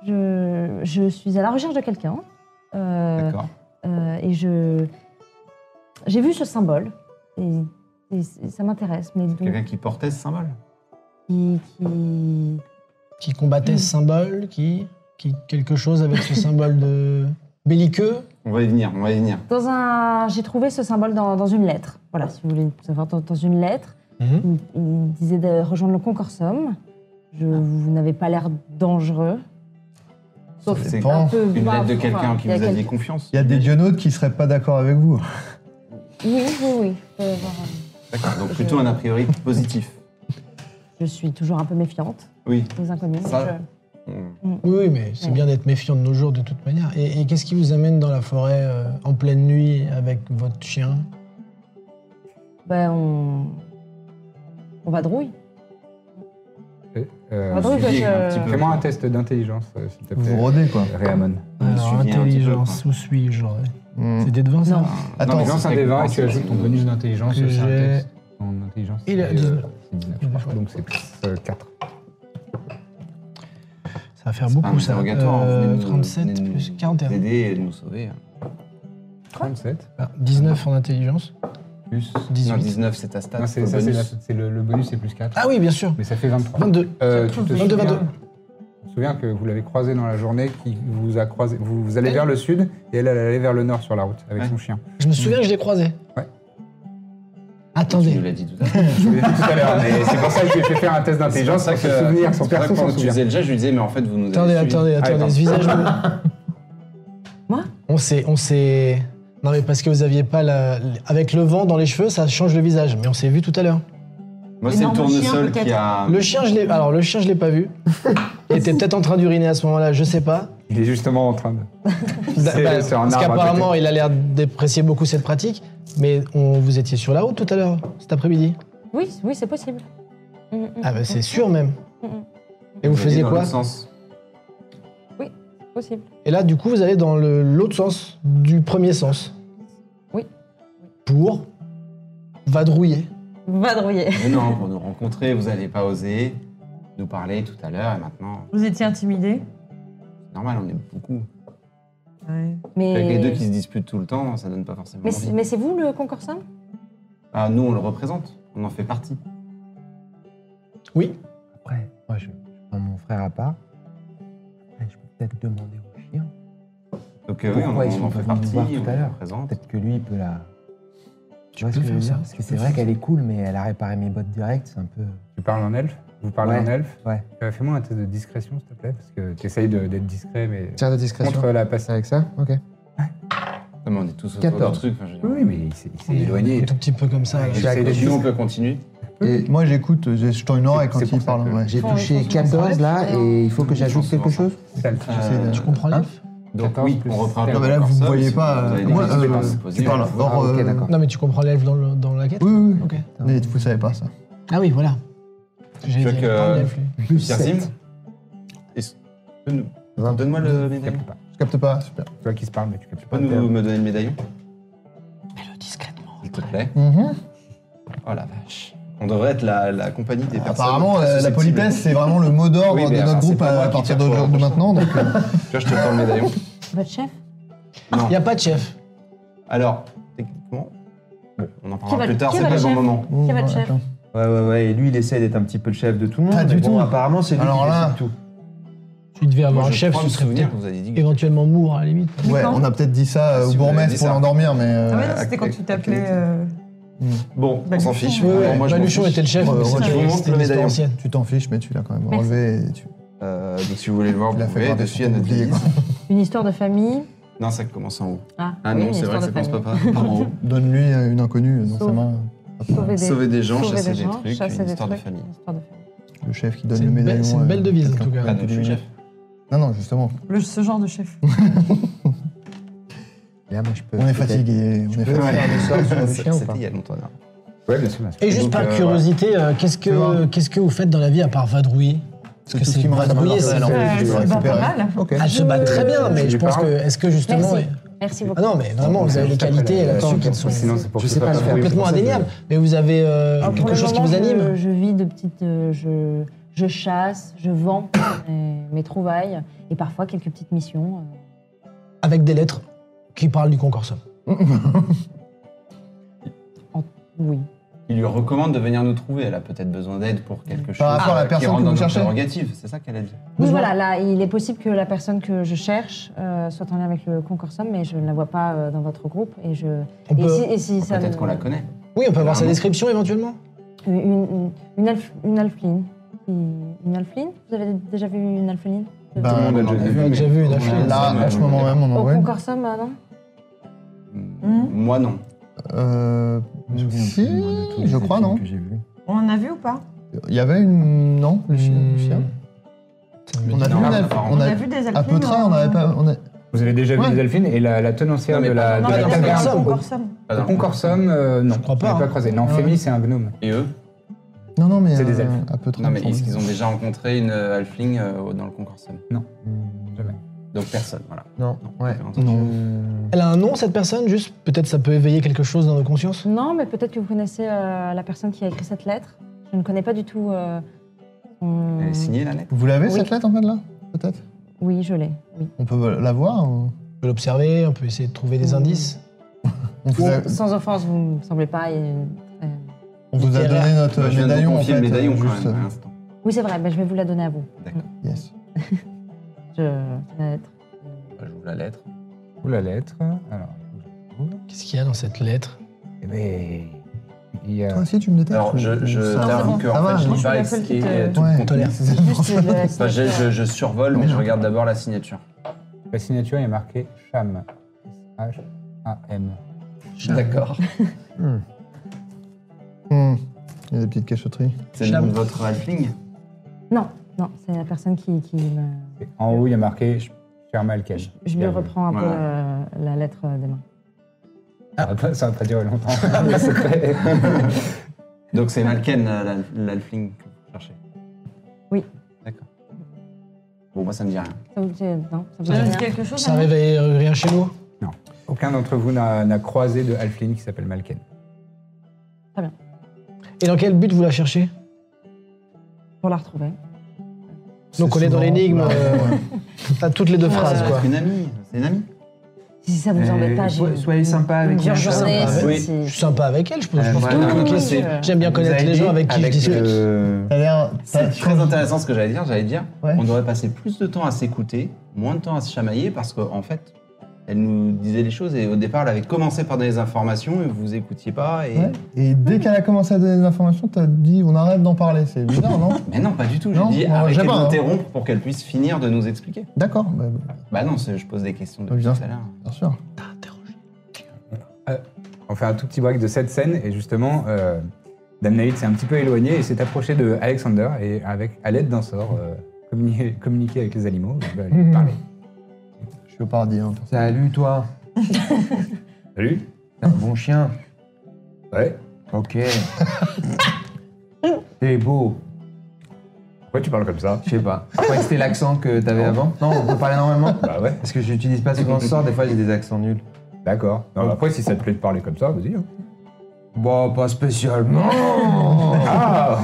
Speaker 2: je, je suis à la recherche de quelqu'un. Euh,
Speaker 4: D'accord.
Speaker 2: Euh, et je. J'ai vu ce symbole. Et, et ça m'intéresse. Mais donc.
Speaker 4: Quelqu'un qui portait ce symbole
Speaker 2: Qui, qui-
Speaker 3: Qui combattait ce symbole, qui, qui quelque chose avec ce symbole de belliqueux.
Speaker 4: On va y venir, on va y venir.
Speaker 2: Dans un. J'ai trouvé ce symbole dans, dans une lettre. Voilà, si vous voulez savoir, dans, dans une lettre.
Speaker 3: Mhm.
Speaker 2: Il, il disait de rejoindre le concorsum. Je,
Speaker 4: Ah.
Speaker 2: vous n'avez pas l'air dangereux. Sauf
Speaker 6: Ça
Speaker 2: un
Speaker 6: dépend.
Speaker 2: peu
Speaker 4: Une
Speaker 2: brave,
Speaker 4: lettre de quelqu'un
Speaker 2: enfin,
Speaker 4: qui
Speaker 2: il y a
Speaker 4: vous a dit
Speaker 2: quelqu'un-
Speaker 4: confiance.
Speaker 6: Il y a des dieux qui seraient pas d'accord avec vous.
Speaker 2: Oui, oui, oui. je peux avoir-
Speaker 4: D'accord, donc plutôt un a priori positif.
Speaker 2: Je suis toujours un peu méfiante
Speaker 4: Oui.
Speaker 2: aux inconnus. euh,
Speaker 4: Ça-
Speaker 2: Je-
Speaker 4: Hmm.
Speaker 3: Oui, oui, mais c'est
Speaker 2: Ouais.
Speaker 3: bien d'être méfiant de nos jours de toute manière. Et, et qu'est-ce qui vous amène dans la forêt euh, en pleine nuit avec votre chien
Speaker 2: ben, on... on vadrouille.
Speaker 1: Euh,
Speaker 2: On vadrouille, quoi,
Speaker 4: suivi, un
Speaker 2: je-
Speaker 4: petit peu.
Speaker 1: Fais-moi un test d'intelligence, euh, s'il te
Speaker 6: Vous
Speaker 1: plaît.
Speaker 6: rôdez, quoi.
Speaker 1: Réamon.
Speaker 3: Alors,
Speaker 4: suivi Euh, un petit peu, Mm.
Speaker 3: intelligence, où suis-je ouais.
Speaker 6: Hmm.
Speaker 3: C'est des devins, ça
Speaker 2: Non.
Speaker 6: Attends,
Speaker 1: non, mais lance
Speaker 4: ça
Speaker 1: un
Speaker 4: serait
Speaker 1: des 20 et
Speaker 4: compréhensible.
Speaker 1: tu ajoutes ton bonus d'intelligence.
Speaker 3: Que
Speaker 1: c'est un
Speaker 3: j'ai-
Speaker 1: test. Ton intelligence.
Speaker 3: Il a
Speaker 1: c'est, euh,
Speaker 3: 19.
Speaker 1: c'est 19, je crois, donc c'est plus euh, 4.
Speaker 3: Ça va faire
Speaker 4: C'est
Speaker 3: beaucoup,
Speaker 4: un
Speaker 3: ça.
Speaker 4: interrogatoire,
Speaker 3: Euh,
Speaker 4: venez nous-
Speaker 3: 37
Speaker 4: venez nous
Speaker 3: plus 41.
Speaker 4: Aider et de nous sauver. hein.
Speaker 1: 37.
Speaker 3: Ah, 19 en intelligence.
Speaker 1: Plus.
Speaker 4: Non,
Speaker 3: 18.
Speaker 4: 19, c'est ta stat.
Speaker 1: Non, c'est,
Speaker 4: ton
Speaker 1: ça, c'est,
Speaker 4: bonus.
Speaker 1: la- c'est le, le bonus, c'est plus 4.
Speaker 3: Ah oui, bien sûr.
Speaker 1: Mais ça fait 23.
Speaker 3: 22.
Speaker 1: Euh, tu te
Speaker 3: 22,
Speaker 1: souviens-
Speaker 3: 22.
Speaker 1: Tu te souviens que vous l'avez croisée dans la journée, qui vous a croisé. Vous, vous allez vers le sud et elle, elle allait vers le nord sur la route avec
Speaker 4: Ouais.
Speaker 1: son chien.
Speaker 3: Je me souviens que je l'ai croisé.
Speaker 1: Ouais.
Speaker 4: Tu nous
Speaker 3: Attendez.
Speaker 4: l'as dit tout à l'heure.
Speaker 1: Je vous l'ai dit tout à l'heure, mais c'est pour ça que j'ai fait faire un test d'intelligence pour se souvenir, son
Speaker 4: c'est pour ça
Speaker 1: perso
Speaker 4: que
Speaker 1: s'en
Speaker 4: quand tu
Speaker 1: souvient.
Speaker 4: faisais le geste, je Ah, lui disais, mais en fait, vous nous avez
Speaker 3: Attendez,
Speaker 4: suivis.
Speaker 3: attendez, attendez,
Speaker 1: pardon.
Speaker 3: ce visage de...
Speaker 2: <laughs> Moi
Speaker 3: On s'est, on s'est... Non mais parce que vous aviez pas la... Avec le vent dans les cheveux, ça change le visage. Mais on s'est vu tout à l'heure.
Speaker 4: Moi, c'est le
Speaker 5: Énorme chien,
Speaker 4: tournesol qui
Speaker 5: peut-être.
Speaker 4: a.
Speaker 3: Le chien, je l'ai... Alors, le chien, je l'ai pas vu. Il était peut-être en train d'uriner à ce moment-là, je sais pas.
Speaker 1: Il est justement en train de.
Speaker 3: Bah, bah,
Speaker 1: sur un arbre
Speaker 3: parce
Speaker 1: à
Speaker 3: qu'apparemment, il a l'air d'apprécier beaucoup cette pratique. Mais on, vous étiez sur la route tout à l'heure, cet après-midi.
Speaker 2: Oui, c- oui, c'est possible. Mm, mm,
Speaker 3: Ah bah
Speaker 2: mm,
Speaker 3: c'est sûr même.
Speaker 2: mm, mm,
Speaker 3: Et vous
Speaker 4: allez
Speaker 3: faisiez
Speaker 4: dans
Speaker 3: quoi
Speaker 4: l'autre sens.
Speaker 2: Possible.
Speaker 3: Et là, du coup, vous allez dans le- l'autre sens, du premier sens.
Speaker 2: Oui.
Speaker 3: Pour vadrouiller.
Speaker 2: Vadrouiller.
Speaker 4: Mais non, pour nous rencontrer, vous n'allez pas oser nous parler tout à l'heure et maintenant.
Speaker 5: Vous étiez intimidé
Speaker 4: c'est Normal, on est beaucoup.
Speaker 5: Ouais.
Speaker 4: Avec les deux qui
Speaker 2: Mais,
Speaker 4: se disputent tout le temps, ça donne pas forcément
Speaker 2: mais
Speaker 4: envie.
Speaker 2: c'est mais c'est vous le concorsum
Speaker 4: Ah, nous, on le représente, on en fait partie.
Speaker 3: Oui.
Speaker 7: Après, moi, je je prends mon frère à part. Après, Ah, je peux peut-être demander au chien.
Speaker 4: Donc euh, oui, on,
Speaker 7: Pourquoi ils
Speaker 4: on
Speaker 7: sont
Speaker 4: en fait
Speaker 7: venus
Speaker 4: partie,
Speaker 7: nous voir
Speaker 4: on
Speaker 7: tout à
Speaker 4: le
Speaker 7: l'heure
Speaker 4: représente.
Speaker 7: Peut-être que lui, il peut la. Tu vois
Speaker 3: peux
Speaker 7: ce que je veux
Speaker 3: faire ça,
Speaker 7: dire Parce
Speaker 3: tu
Speaker 7: que
Speaker 3: peux
Speaker 7: c'est
Speaker 3: faire
Speaker 7: vrai
Speaker 3: ça.
Speaker 7: qu'elle est cool, mais elle a réparé mes bottes direct, c'est un peu.
Speaker 1: Tu parles en elfe Vous parlez
Speaker 7: Ouais.
Speaker 1: en elfe
Speaker 7: Ouais.
Speaker 1: Euh, Fais-moi un test de discrétion, s'il te plaît, parce que tu essayes d'être discret, mais.
Speaker 6: Tiens, la discrétion.
Speaker 1: Contre la passe.
Speaker 6: Avec ça Ok.
Speaker 4: Non, mais on est tous autour
Speaker 7: 14.
Speaker 4: du truc. Enfin, je veux dire,
Speaker 1: Oui, mais il s'est il s'est
Speaker 3: On est
Speaker 1: éloigné.
Speaker 3: Un tout petit peu comme ça. là.
Speaker 4: on est
Speaker 7: à
Speaker 4: tous-
Speaker 7: côté.
Speaker 4: Sinon, on peut continuer.
Speaker 6: Et moi, j'écoute, je je tends une oreille quand
Speaker 1: C'est- c'est
Speaker 6: il
Speaker 1: pour ça
Speaker 6: parle.
Speaker 1: que-
Speaker 6: ouais.
Speaker 7: J'ai
Speaker 2: Bon, ils
Speaker 7: touché
Speaker 2: sont souvent
Speaker 7: 14 là
Speaker 2: souvent
Speaker 7: et il faut que
Speaker 4: Ils
Speaker 7: j'ajoute
Speaker 4: sont
Speaker 7: quelque
Speaker 4: souvent
Speaker 7: chose
Speaker 1: Ça le fait.
Speaker 4: Euh,
Speaker 3: Tu comprends l'elfe
Speaker 4: Donc
Speaker 1: 14
Speaker 4: oui,
Speaker 1: plus
Speaker 4: on reprend
Speaker 1: sept.
Speaker 4: le
Speaker 6: Non, mais là, vous
Speaker 4: concours
Speaker 6: me voyez
Speaker 4: seul,
Speaker 6: pas,
Speaker 4: si vous avez
Speaker 6: euh,
Speaker 4: des
Speaker 6: moi,
Speaker 4: questions
Speaker 6: euh,
Speaker 4: à se poser.
Speaker 6: tu parles hors,
Speaker 7: Ah, ok,
Speaker 6: euh,
Speaker 7: d'accord.
Speaker 3: Non mais tu comprends l'elfe dans, le- dans la quête
Speaker 6: Oui, oui, oui.
Speaker 3: Ok.
Speaker 6: Mais vous savez pas ça.
Speaker 3: Ah oui, voilà. J'ai
Speaker 4: Tu vois
Speaker 3: dit,
Speaker 4: que-
Speaker 3: parle d'elfe, lui.
Speaker 6: Plus
Speaker 4: Pierre
Speaker 6: sept.
Speaker 4: Sim, est-ce- donne-
Speaker 6: Vingt.
Speaker 4: Donne-moi le
Speaker 1: Tu
Speaker 4: médaillon.
Speaker 1: captes pas.
Speaker 6: Je capte pas, super.
Speaker 1: C'est Toi qui se parle, mais tu captes
Speaker 4: Tu
Speaker 1: pas.
Speaker 4: peux
Speaker 1: le
Speaker 4: nous
Speaker 1: terme.
Speaker 4: me donner le médaillon,
Speaker 3: Fais-le discrètement.
Speaker 4: s'il te plaît
Speaker 6: Mhm.
Speaker 4: Oh la vache. On devrait être la, la compagnie des personnes.
Speaker 6: Apparemment, euh, la
Speaker 4: susceptibles.
Speaker 6: politesse, c'est vraiment le mot d'ordre
Speaker 4: Oui, mais
Speaker 6: de
Speaker 4: enfin,
Speaker 6: notre
Speaker 4: c'est
Speaker 6: groupe
Speaker 4: pas
Speaker 6: à,
Speaker 4: moi
Speaker 6: à
Speaker 4: qui
Speaker 6: partir
Speaker 4: cherche
Speaker 6: de,
Speaker 4: pour
Speaker 6: de
Speaker 4: la
Speaker 6: maintenant. Donc, euh,
Speaker 4: Tu vois, je te tends le médaillon.
Speaker 2: Votre chef
Speaker 4: Non.
Speaker 3: Il n'y a pas de chef.
Speaker 4: Alors, techniquement, bon, on en
Speaker 2: Qui va-
Speaker 4: parlera plus tard,
Speaker 2: qui
Speaker 4: c'est
Speaker 2: va
Speaker 4: pas
Speaker 2: le
Speaker 4: le bon
Speaker 2: chef
Speaker 4: moment.
Speaker 3: Mmh,
Speaker 2: Qui va
Speaker 6: ouais,
Speaker 2: être chef
Speaker 6: attends.
Speaker 7: Ouais, ouais, ouais. Et lui, il essaie d'être un petit peu le chef de tout le monde.
Speaker 6: Pas
Speaker 7: mais
Speaker 6: du
Speaker 7: bon,
Speaker 6: tout.
Speaker 7: apparemment, c'est lui
Speaker 6: Alors
Speaker 7: qui
Speaker 6: là-
Speaker 7: décide tout.
Speaker 3: Tu devais avoir
Speaker 4: Moi,
Speaker 3: un
Speaker 4: je
Speaker 3: chef,
Speaker 4: crois
Speaker 3: ce
Speaker 4: me
Speaker 3: serait
Speaker 4: souvenir
Speaker 3: peut-être
Speaker 4: que vous avez dit que-
Speaker 3: éventuellement Moore à la limite.
Speaker 5: Mais
Speaker 6: Ouais,
Speaker 5: quand
Speaker 6: on a peut-être dit ça euh,
Speaker 4: Ah,
Speaker 6: au
Speaker 4: si, vous l'avez
Speaker 6: bourgmestre
Speaker 4: dit
Speaker 6: pour
Speaker 4: ça.
Speaker 6: l'endormir, mais. euh,
Speaker 5: Ah ouais, non, c'était
Speaker 4: acte-
Speaker 5: quand tu t'appelais.
Speaker 4: activité.
Speaker 5: euh,
Speaker 4: Bon, on
Speaker 5: Baluchon.
Speaker 4: s'en fiche.
Speaker 3: Oui,
Speaker 4: Alors,
Speaker 3: oui,
Speaker 6: Bah,
Speaker 4: moi, je m'en
Speaker 3: Baluchon
Speaker 4: fiche.
Speaker 3: était le chef,
Speaker 6: Ouais,
Speaker 3: mais
Speaker 6: ouais,
Speaker 3: c'était-
Speaker 6: tu vous
Speaker 4: montres
Speaker 3: c'était
Speaker 4: le
Speaker 3: une histoire
Speaker 4: médaillon.
Speaker 3: ancienne.
Speaker 6: Tu t'en fiches, mais tu l'as quand même
Speaker 2: Merci.
Speaker 6: relevé. et tu-
Speaker 4: Euh, donc, si vous voulez le voir,
Speaker 6: Il
Speaker 4: vous
Speaker 6: a fait
Speaker 4: pouvez.
Speaker 6: graver
Speaker 4: Dessus, il y
Speaker 6: son
Speaker 4: a notre
Speaker 6: bouclier,
Speaker 4: devise.
Speaker 2: Une histoire de famille
Speaker 4: Non, ça commence en haut.
Speaker 2: Ah,
Speaker 4: Ah
Speaker 2: oui,
Speaker 4: non,
Speaker 2: une
Speaker 4: c'est vrai
Speaker 2: histoire
Speaker 4: que
Speaker 2: de
Speaker 4: ça commence pas
Speaker 2: famille.
Speaker 4: par par en haut.
Speaker 6: Donne-lui euh, une inconnue euh, dans
Speaker 2: Sauve.
Speaker 6: sa main.
Speaker 2: Sauver des,
Speaker 4: Sauver des gens,
Speaker 2: sauver
Speaker 4: chasser
Speaker 2: des
Speaker 4: des
Speaker 2: gens,
Speaker 4: trucs,
Speaker 2: chasser
Speaker 4: une
Speaker 2: des
Speaker 4: histoire de
Speaker 2: trucs,
Speaker 4: famille.
Speaker 2: une histoire de famille.
Speaker 6: Le chef qui
Speaker 3: C'est
Speaker 6: donne le
Speaker 3: une belle-
Speaker 6: médaillon.
Speaker 3: c'est une
Speaker 6: euh,
Speaker 3: belle devise en
Speaker 6: quelqu'un.
Speaker 3: tout cas.
Speaker 4: Ah, donc, je suis chef.
Speaker 6: Non, non, justement.
Speaker 5: le- ce genre de chef.
Speaker 7: Là, moi, je peux.
Speaker 6: On est
Speaker 7: peut-être-
Speaker 6: fatigué. On est
Speaker 7: peux
Speaker 6: fatigué.
Speaker 7: faire des sorts
Speaker 6: <laughs>
Speaker 7: sur le chien ou
Speaker 4: C'était
Speaker 7: pas
Speaker 4: il y a longtemps. là.
Speaker 1: Ouais, bien sûr, bien sûr.
Speaker 3: Et juste
Speaker 4: Donc,
Speaker 3: par
Speaker 4: euh,
Speaker 3: curiosité, euh, qu'est-ce que
Speaker 6: Fais-moi.
Speaker 3: qu'est-ce que vous faites dans la vie à part vadrouiller
Speaker 6: C'est
Speaker 3: que
Speaker 6: tout ce
Speaker 3: c'est
Speaker 6: qui me reste.
Speaker 3: brouillé,
Speaker 6: maintenant,
Speaker 3: ça,
Speaker 6: c'est
Speaker 3: alors.
Speaker 6: l'envie,
Speaker 5: Euh,
Speaker 6: je
Speaker 5: c'est
Speaker 6: vais
Speaker 5: pas
Speaker 6: récupérer.
Speaker 5: pas mal.
Speaker 6: Ok.
Speaker 3: Elle se bat très bien, mais
Speaker 1: Euh, c'est
Speaker 3: je
Speaker 1: du
Speaker 3: pense que
Speaker 1: parent.
Speaker 3: est-ce que justement
Speaker 2: Merci. Merci beaucoup.
Speaker 3: Ah non, mais vraiment, vous avez des qualités là-dessus qui sont
Speaker 1: Sinon, c'est pour
Speaker 7: Je
Speaker 1: que
Speaker 7: sais
Speaker 1: ça
Speaker 7: pas
Speaker 1: fasse
Speaker 7: le faire.
Speaker 1: bruit, c'est
Speaker 3: complètement
Speaker 1: pour ça que-
Speaker 3: indéniables. Mais vous avez euh,
Speaker 2: Alors, pour
Speaker 3: quelque
Speaker 2: le
Speaker 3: chose qui
Speaker 2: moment,
Speaker 3: vous anime.
Speaker 2: je, je vis de petites. euh, je, je chasse, je vends <coughs> mes, mes trouvailles et parfois quelques petites missions. euh,
Speaker 3: Avec des lettres qui parlent du concorsum.
Speaker 2: oui.
Speaker 4: Il lui recommande de venir nous trouver. Elle a peut-être besoin d'aide pour quelque chose.
Speaker 6: rapport à la
Speaker 4: euh, qui
Speaker 6: personne
Speaker 4: rentre
Speaker 6: que
Speaker 4: dans
Speaker 6: vous
Speaker 4: notre
Speaker 6: cherchez
Speaker 4: prérogative, c'est ça qu'elle a dit.
Speaker 2: Oui,
Speaker 3: Besoin.
Speaker 2: voilà, là, il est possible que la personne que je cherche euh, soit en lien avec le concorsum, mais je ne la vois pas euh, dans votre groupe. Et, je, et
Speaker 3: On peut-
Speaker 2: si, et si ça.
Speaker 4: Peut-être
Speaker 2: me-
Speaker 4: qu'on la connaît.
Speaker 3: Oui, on peut avoir sa
Speaker 4: Vraiment.
Speaker 3: description éventuellement.
Speaker 2: Une, une, une, alf- une alpheline. Une une alpheline Vous avez déjà vu une alpheline
Speaker 6: Bah,
Speaker 4: Ben,
Speaker 1: le monde a
Speaker 6: on en
Speaker 1: déjà
Speaker 6: a
Speaker 1: vu.
Speaker 6: vu.
Speaker 3: J'ai déjà vu une affiche.
Speaker 6: Là, Ah, à ce moment même, on en
Speaker 2: Au
Speaker 6: voit. une.
Speaker 2: Concorsum, euh, non
Speaker 5: Hmm.
Speaker 4: Moi, non.
Speaker 6: Euh, si, je crois, non
Speaker 5: On en a vu ou pas
Speaker 6: Il y avait une. Non, le chien. le chien. On a vu
Speaker 4: Non,
Speaker 6: une
Speaker 4: on a
Speaker 6: alpha-
Speaker 4: pas
Speaker 6: on
Speaker 5: On
Speaker 6: a-
Speaker 5: a vu des alpines. euh,
Speaker 6: À peu près, on n'avait pas. on a-
Speaker 1: Vous avez déjà vu
Speaker 6: Ouais.
Speaker 1: les Delphines et la, la tenancière
Speaker 4: Non, mais
Speaker 1: de la,
Speaker 5: Non,
Speaker 1: de
Speaker 5: mais
Speaker 1: la
Speaker 5: dans le
Speaker 1: taverne.
Speaker 5: Corsom,
Speaker 1: au-
Speaker 5: Corsom.
Speaker 4: Ah,
Speaker 1: au
Speaker 4: non.
Speaker 1: Concorsum, euh, non.
Speaker 3: Je crois pas,
Speaker 1: on l'a
Speaker 3: hein.
Speaker 1: pas croisé. Non,
Speaker 3: Ouais.
Speaker 1: Fémis, c'est un gnome.
Speaker 4: Et eux
Speaker 6: Non, non, mais.
Speaker 1: C'est des
Speaker 6: euh,
Speaker 1: elfes.
Speaker 6: À peu près.
Speaker 4: Non, mais
Speaker 6: il me
Speaker 4: est-ce
Speaker 6: semble.
Speaker 4: qu'ils ont déjà rencontré une euh, halfling euh, dans le concorsum
Speaker 1: Jamais.
Speaker 4: Donc personne, voilà.
Speaker 6: Non, ouais.
Speaker 4: Non.
Speaker 6: Non.
Speaker 3: Elle a un nom, cette personne, juste Peut-être ça peut éveiller quelque chose dans nos consciences
Speaker 2: Non, mais peut-être que vous connaissez euh, la personne qui a écrit cette lettre. Je ne connais pas du tout. euh, son-
Speaker 4: Elle est signée, la lettre
Speaker 6: Vous l'avez,
Speaker 2: Oui.
Speaker 6: cette lettre, en fait, là Peut-être
Speaker 2: Oui, je l'ai. Oui.
Speaker 6: On peut la voir hein. ou-
Speaker 3: On peut l'observer, on peut essayer de trouver
Speaker 2: Mmh.
Speaker 3: des indices.
Speaker 6: On vous a,
Speaker 2: Sans offense, vous ne me semblez pas. euh, euh,
Speaker 6: on vous a
Speaker 3: littéraire.
Speaker 6: donné notre
Speaker 4: Bah, je viens de
Speaker 6: médaillon, en
Speaker 4: confier
Speaker 6: fait.
Speaker 4: le médaillon,
Speaker 6: euh,
Speaker 4: quand
Speaker 6: juste,
Speaker 4: même, hein. à l'instant.
Speaker 2: Oui, c'est vrai, ben, je vais vous la donner à vous.
Speaker 4: D'accord.
Speaker 6: euh, yes.
Speaker 2: <laughs> Je... La lettre.
Speaker 4: Bah, J'ouvre la lettre.
Speaker 1: Où la lettre Alors,
Speaker 3: Qu'est-ce qu'il y a dans cette lettre
Speaker 2: Mmh.
Speaker 1: eh ben, il y
Speaker 6: Toi
Speaker 1: a...
Speaker 6: aussi, tu me détestes
Speaker 4: Alors,
Speaker 6: ou-
Speaker 4: je, je
Speaker 6: ça va
Speaker 4: t'avoue
Speaker 5: bon.
Speaker 4: que
Speaker 6: Ça
Speaker 4: en
Speaker 6: va,
Speaker 4: fait, je
Speaker 6: je
Speaker 4: lis
Speaker 5: suis
Speaker 4: pas
Speaker 5: la seule
Speaker 4: ex-
Speaker 5: qui
Speaker 4: et
Speaker 5: te-
Speaker 4: euh, tout
Speaker 6: Ouais.
Speaker 4: le contenu.
Speaker 3: Tolère.
Speaker 2: Juste, euh, je laisse
Speaker 4: Enfin, je,
Speaker 2: la-
Speaker 4: je- je survole, mais je regarde d'abord la signature.
Speaker 1: La signature est marquée Cham. S-H-A-M.
Speaker 4: D'accord.
Speaker 6: Hmm. Hmm. Il y a des petites cachotteries.
Speaker 4: C'est le nom de votre halfling
Speaker 2: Non, non, c'est la personne qui, qui me-
Speaker 1: Et En haut, il y a marqué Fermalken.
Speaker 2: Je lui reprends un peu
Speaker 4: Voilà.
Speaker 2: euh, la lettre euh, des mains.
Speaker 1: Ça va pas- Ah, ça va pas durer longtemps.
Speaker 2: Ah,
Speaker 1: Le secret.
Speaker 4: Donc c'est Malken, euh, l'al- l'halfling que vous cherchez
Speaker 2: Oui.
Speaker 4: D'accord. Bon, moi ça me dit rien.
Speaker 2: Ça vous dit non, ça vous dit
Speaker 5: Ça
Speaker 2: rien.
Speaker 5: dit quelque chose hein.
Speaker 3: Ça
Speaker 5: Anna
Speaker 3: réveille euh, rien chez nous
Speaker 1: <laughs> Aucun d'entre vous n'a n'a croisé de Halfling qui s'appelle Malken.
Speaker 3: Et dans quel but vous la cherchez
Speaker 2: Pour la retrouver.
Speaker 3: Donc on est dans l'énigme, euh, <laughs> T'as toutes les deux phrases,
Speaker 4: C'est
Speaker 3: quoi.
Speaker 4: une amie. C'est une amie.
Speaker 2: Si ça vous
Speaker 7: Euh,
Speaker 2: embête pas, j'ai
Speaker 7: so- soyez sympa avec
Speaker 2: une dure
Speaker 7: elle.
Speaker 1: Ah,
Speaker 2: journée.
Speaker 3: Sympa
Speaker 4: avec-
Speaker 2: si-
Speaker 3: Je
Speaker 2: si-
Speaker 3: suis sympa avec elle, je pense.
Speaker 4: Euh,
Speaker 3: je pense
Speaker 4: voilà.
Speaker 3: que-
Speaker 4: Oui,
Speaker 3: que
Speaker 4: oui,
Speaker 3: c'est-
Speaker 2: je-
Speaker 3: J'aime bien connaître les gens avec qui je discute.
Speaker 6: T'as l'air.
Speaker 4: euh, C'est
Speaker 6: t'as-
Speaker 4: très intéressant ce que j'allais dire. J'allais dire,
Speaker 6: Ouais.
Speaker 4: on devrait passer plus de temps à s'écouter, moins de temps à se chamailler, parce qu'en fait, elle nous disait les choses et au départ, elle avait commencé par donner des informations et vous écoutiez pas. Et...
Speaker 6: Ouais. Et dès qu'elle a commencé à donner des informations, t'as dit on arrête d'en parler. C'est
Speaker 4: <laughs>
Speaker 6: bizarre, non
Speaker 4: Mais non, pas du tout. J'ai
Speaker 6: Non,
Speaker 4: dit
Speaker 6: on
Speaker 4: arrêtez
Speaker 6: jamais,
Speaker 4: de
Speaker 6: hein.
Speaker 4: m'interrompre pour qu'elle puisse finir de nous expliquer.
Speaker 6: D'accord, bah,
Speaker 4: Bah non, c'est- je pose des questions
Speaker 6: Oh,
Speaker 4: depuis
Speaker 6: bien.
Speaker 4: tout à l'heure.
Speaker 6: bien sûr.
Speaker 1: On fait un tout petit break de cette scène et justement, euh, Damnaïd s'est un petit peu éloigné et s'est approché de Alexander et avec, à l'aide d'un sort, euh, communiquer, communiquer avec les animaux. Il va lui parler.
Speaker 6: Je suis au paradis. Hein.
Speaker 7: Salut toi,
Speaker 1: <laughs> Salut
Speaker 7: t'es un bon chien.
Speaker 1: Ouais
Speaker 7: Ok. T'es beau.
Speaker 1: Pourquoi tu parles comme ça
Speaker 7: Je sais pas. Je croyais que c'était l'accent que t'avais avant. Non, on peut parler normalement
Speaker 1: Bah ouais,
Speaker 7: Parce que j'utilise pas souvent ce sort, des fois j'ai des accents nuls.
Speaker 1: d'accord. Non, mais après, si ça te plaît de parler comme ça, vas-y. hein.
Speaker 7: Bon, pas spécialement.
Speaker 1: Ah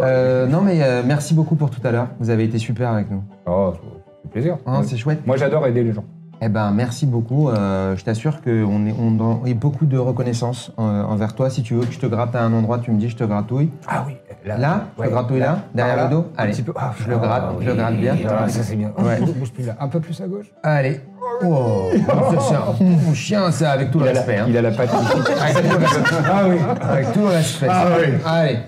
Speaker 7: Euh, non, mais euh, merci beaucoup pour tout à l'heure. Vous avez été super avec nous.
Speaker 1: <laughs> Oh, ça fait plaisir.
Speaker 7: Hein, C'est chouette.
Speaker 1: Moi, j'adore aider les gens.
Speaker 7: Eh ben, merci beaucoup. Euh, je t'assure qu'on est, on, on a beaucoup de reconnaissance euh, envers toi. Si tu veux que je te gratte à un endroit, tu me dis, je te gratouille.
Speaker 1: Ah oui
Speaker 7: Là, je le gratouille là, derrière
Speaker 1: par
Speaker 7: le dos.
Speaker 1: un
Speaker 7: Allez,
Speaker 1: petit peu. Ah,
Speaker 7: je le gratte, je le gratte bien.
Speaker 1: Ah, ça, c'est bien.
Speaker 7: Ouais.
Speaker 1: <laughs> Bouge plus là. Un peu plus à gauche.
Speaker 7: Allez. Wow. Ça,
Speaker 1: <laughs>
Speaker 7: c'est un bon chien, ça, avec tout le respect. hein.
Speaker 1: Il a la patte. <laughs> ah oui.
Speaker 7: Avec tout le respect.
Speaker 1: Ah
Speaker 7: Allez. Et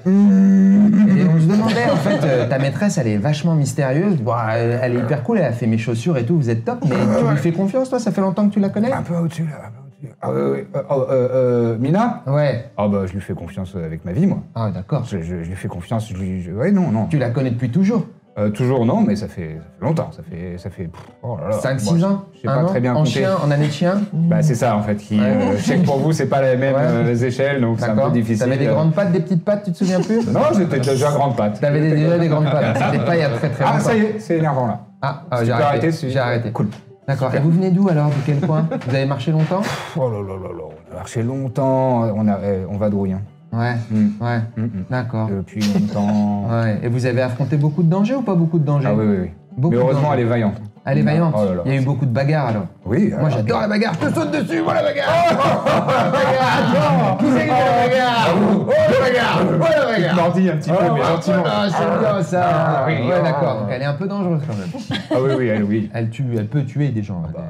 Speaker 7: on se demandait, en fait, euh, ta maîtresse, elle est vachement mystérieuse. Bon, elle, elle est hyper cool, elle a fait mes chaussures et tout, vous êtes top, mais tu lui fais confiance, toi Ça fait longtemps que tu la connais
Speaker 1: Un peu au-dessus là. un peu au-dessus. Ah oui, oui. Euh, oh, euh, euh, Mina
Speaker 7: Ouais.
Speaker 1: Ah bah, je lui fais confiance avec ma vie, moi.
Speaker 7: Ah, d'accord.
Speaker 1: Je, je- je lui fais confiance. Je lui. je- Ouais, non, non.
Speaker 7: Tu la connais depuis toujours
Speaker 1: Euh, toujours non, mais ça fait, ça fait longtemps. Ça fait. Ça fait pff, oh là là.
Speaker 7: 5-6
Speaker 1: Bon,
Speaker 7: ans
Speaker 1: Je sais
Speaker 7: Un
Speaker 1: pas
Speaker 7: an
Speaker 1: très bien
Speaker 7: En
Speaker 1: compter.
Speaker 7: chien, en année de chien
Speaker 1: Bah, c'est ça en fait. Qui, euh, je sais que pour vous, c'est pas les mêmes
Speaker 7: Ouais.
Speaker 1: euh, échelles, donc c'est un peu
Speaker 7: D'accord.
Speaker 1: difficile. euh.
Speaker 7: T'avais des grandes pattes, des petites pattes, tu te souviens plus
Speaker 1: Non, j'étais déjà grande patte.
Speaker 7: T'avais des- déjà des grandes pattes. C'était pas il y a très très longtemps.
Speaker 1: Ah, ça y est, c'est énervant là.
Speaker 7: Ah, ah,
Speaker 1: Si
Speaker 7: j'ai
Speaker 1: tu peux
Speaker 7: arrêté.
Speaker 1: arrêter, c'est-
Speaker 7: J'ai arrêté.
Speaker 1: Cool.
Speaker 7: D'accord. Et vous venez d'où alors De quel coin Vous avez marché longtemps
Speaker 1: Pff, Oh là là là là, on a marché longtemps, on, a, eh, on va de rouille. hein.
Speaker 7: Ouais.
Speaker 1: Mm.
Speaker 7: Ouais.
Speaker 1: Mm, mm.
Speaker 7: D'accord.
Speaker 1: Depuis longtemps.
Speaker 7: Ouais. Et vous avez affronté beaucoup de dangers ou pas beaucoup de dangers
Speaker 1: Ah oui, oui, oui.
Speaker 7: Beaucoup
Speaker 1: Mais
Speaker 7: de
Speaker 1: heureusement,
Speaker 7: dangers.
Speaker 1: elle est vaillante.
Speaker 7: Elle est vaillante.
Speaker 1: Oh là là.
Speaker 7: Il y a eu beaucoup de bagarres alors.
Speaker 1: Oui, ah. Oh,
Speaker 7: Moi
Speaker 1: alors-
Speaker 7: j'adore la bagarre. Je te saute dessus, moi la bagarre. Oh, la bagarre. Qui c'est qui fait
Speaker 1: Ah,
Speaker 7: la bagarre Oh la bagarre. Oh la bagarre.
Speaker 1: Mordi un petit peu, mais gentiment.
Speaker 7: Ah, c'est bien ça.
Speaker 1: oui,
Speaker 7: ouais,
Speaker 1: ah.
Speaker 7: d'accord. Donc elle est un peu dangereuse quand même.
Speaker 1: Ah oui, oui, Ah elle, oui.
Speaker 7: Elle tue, elle peut tuer des gens. hein. Euh,
Speaker 1: Bah,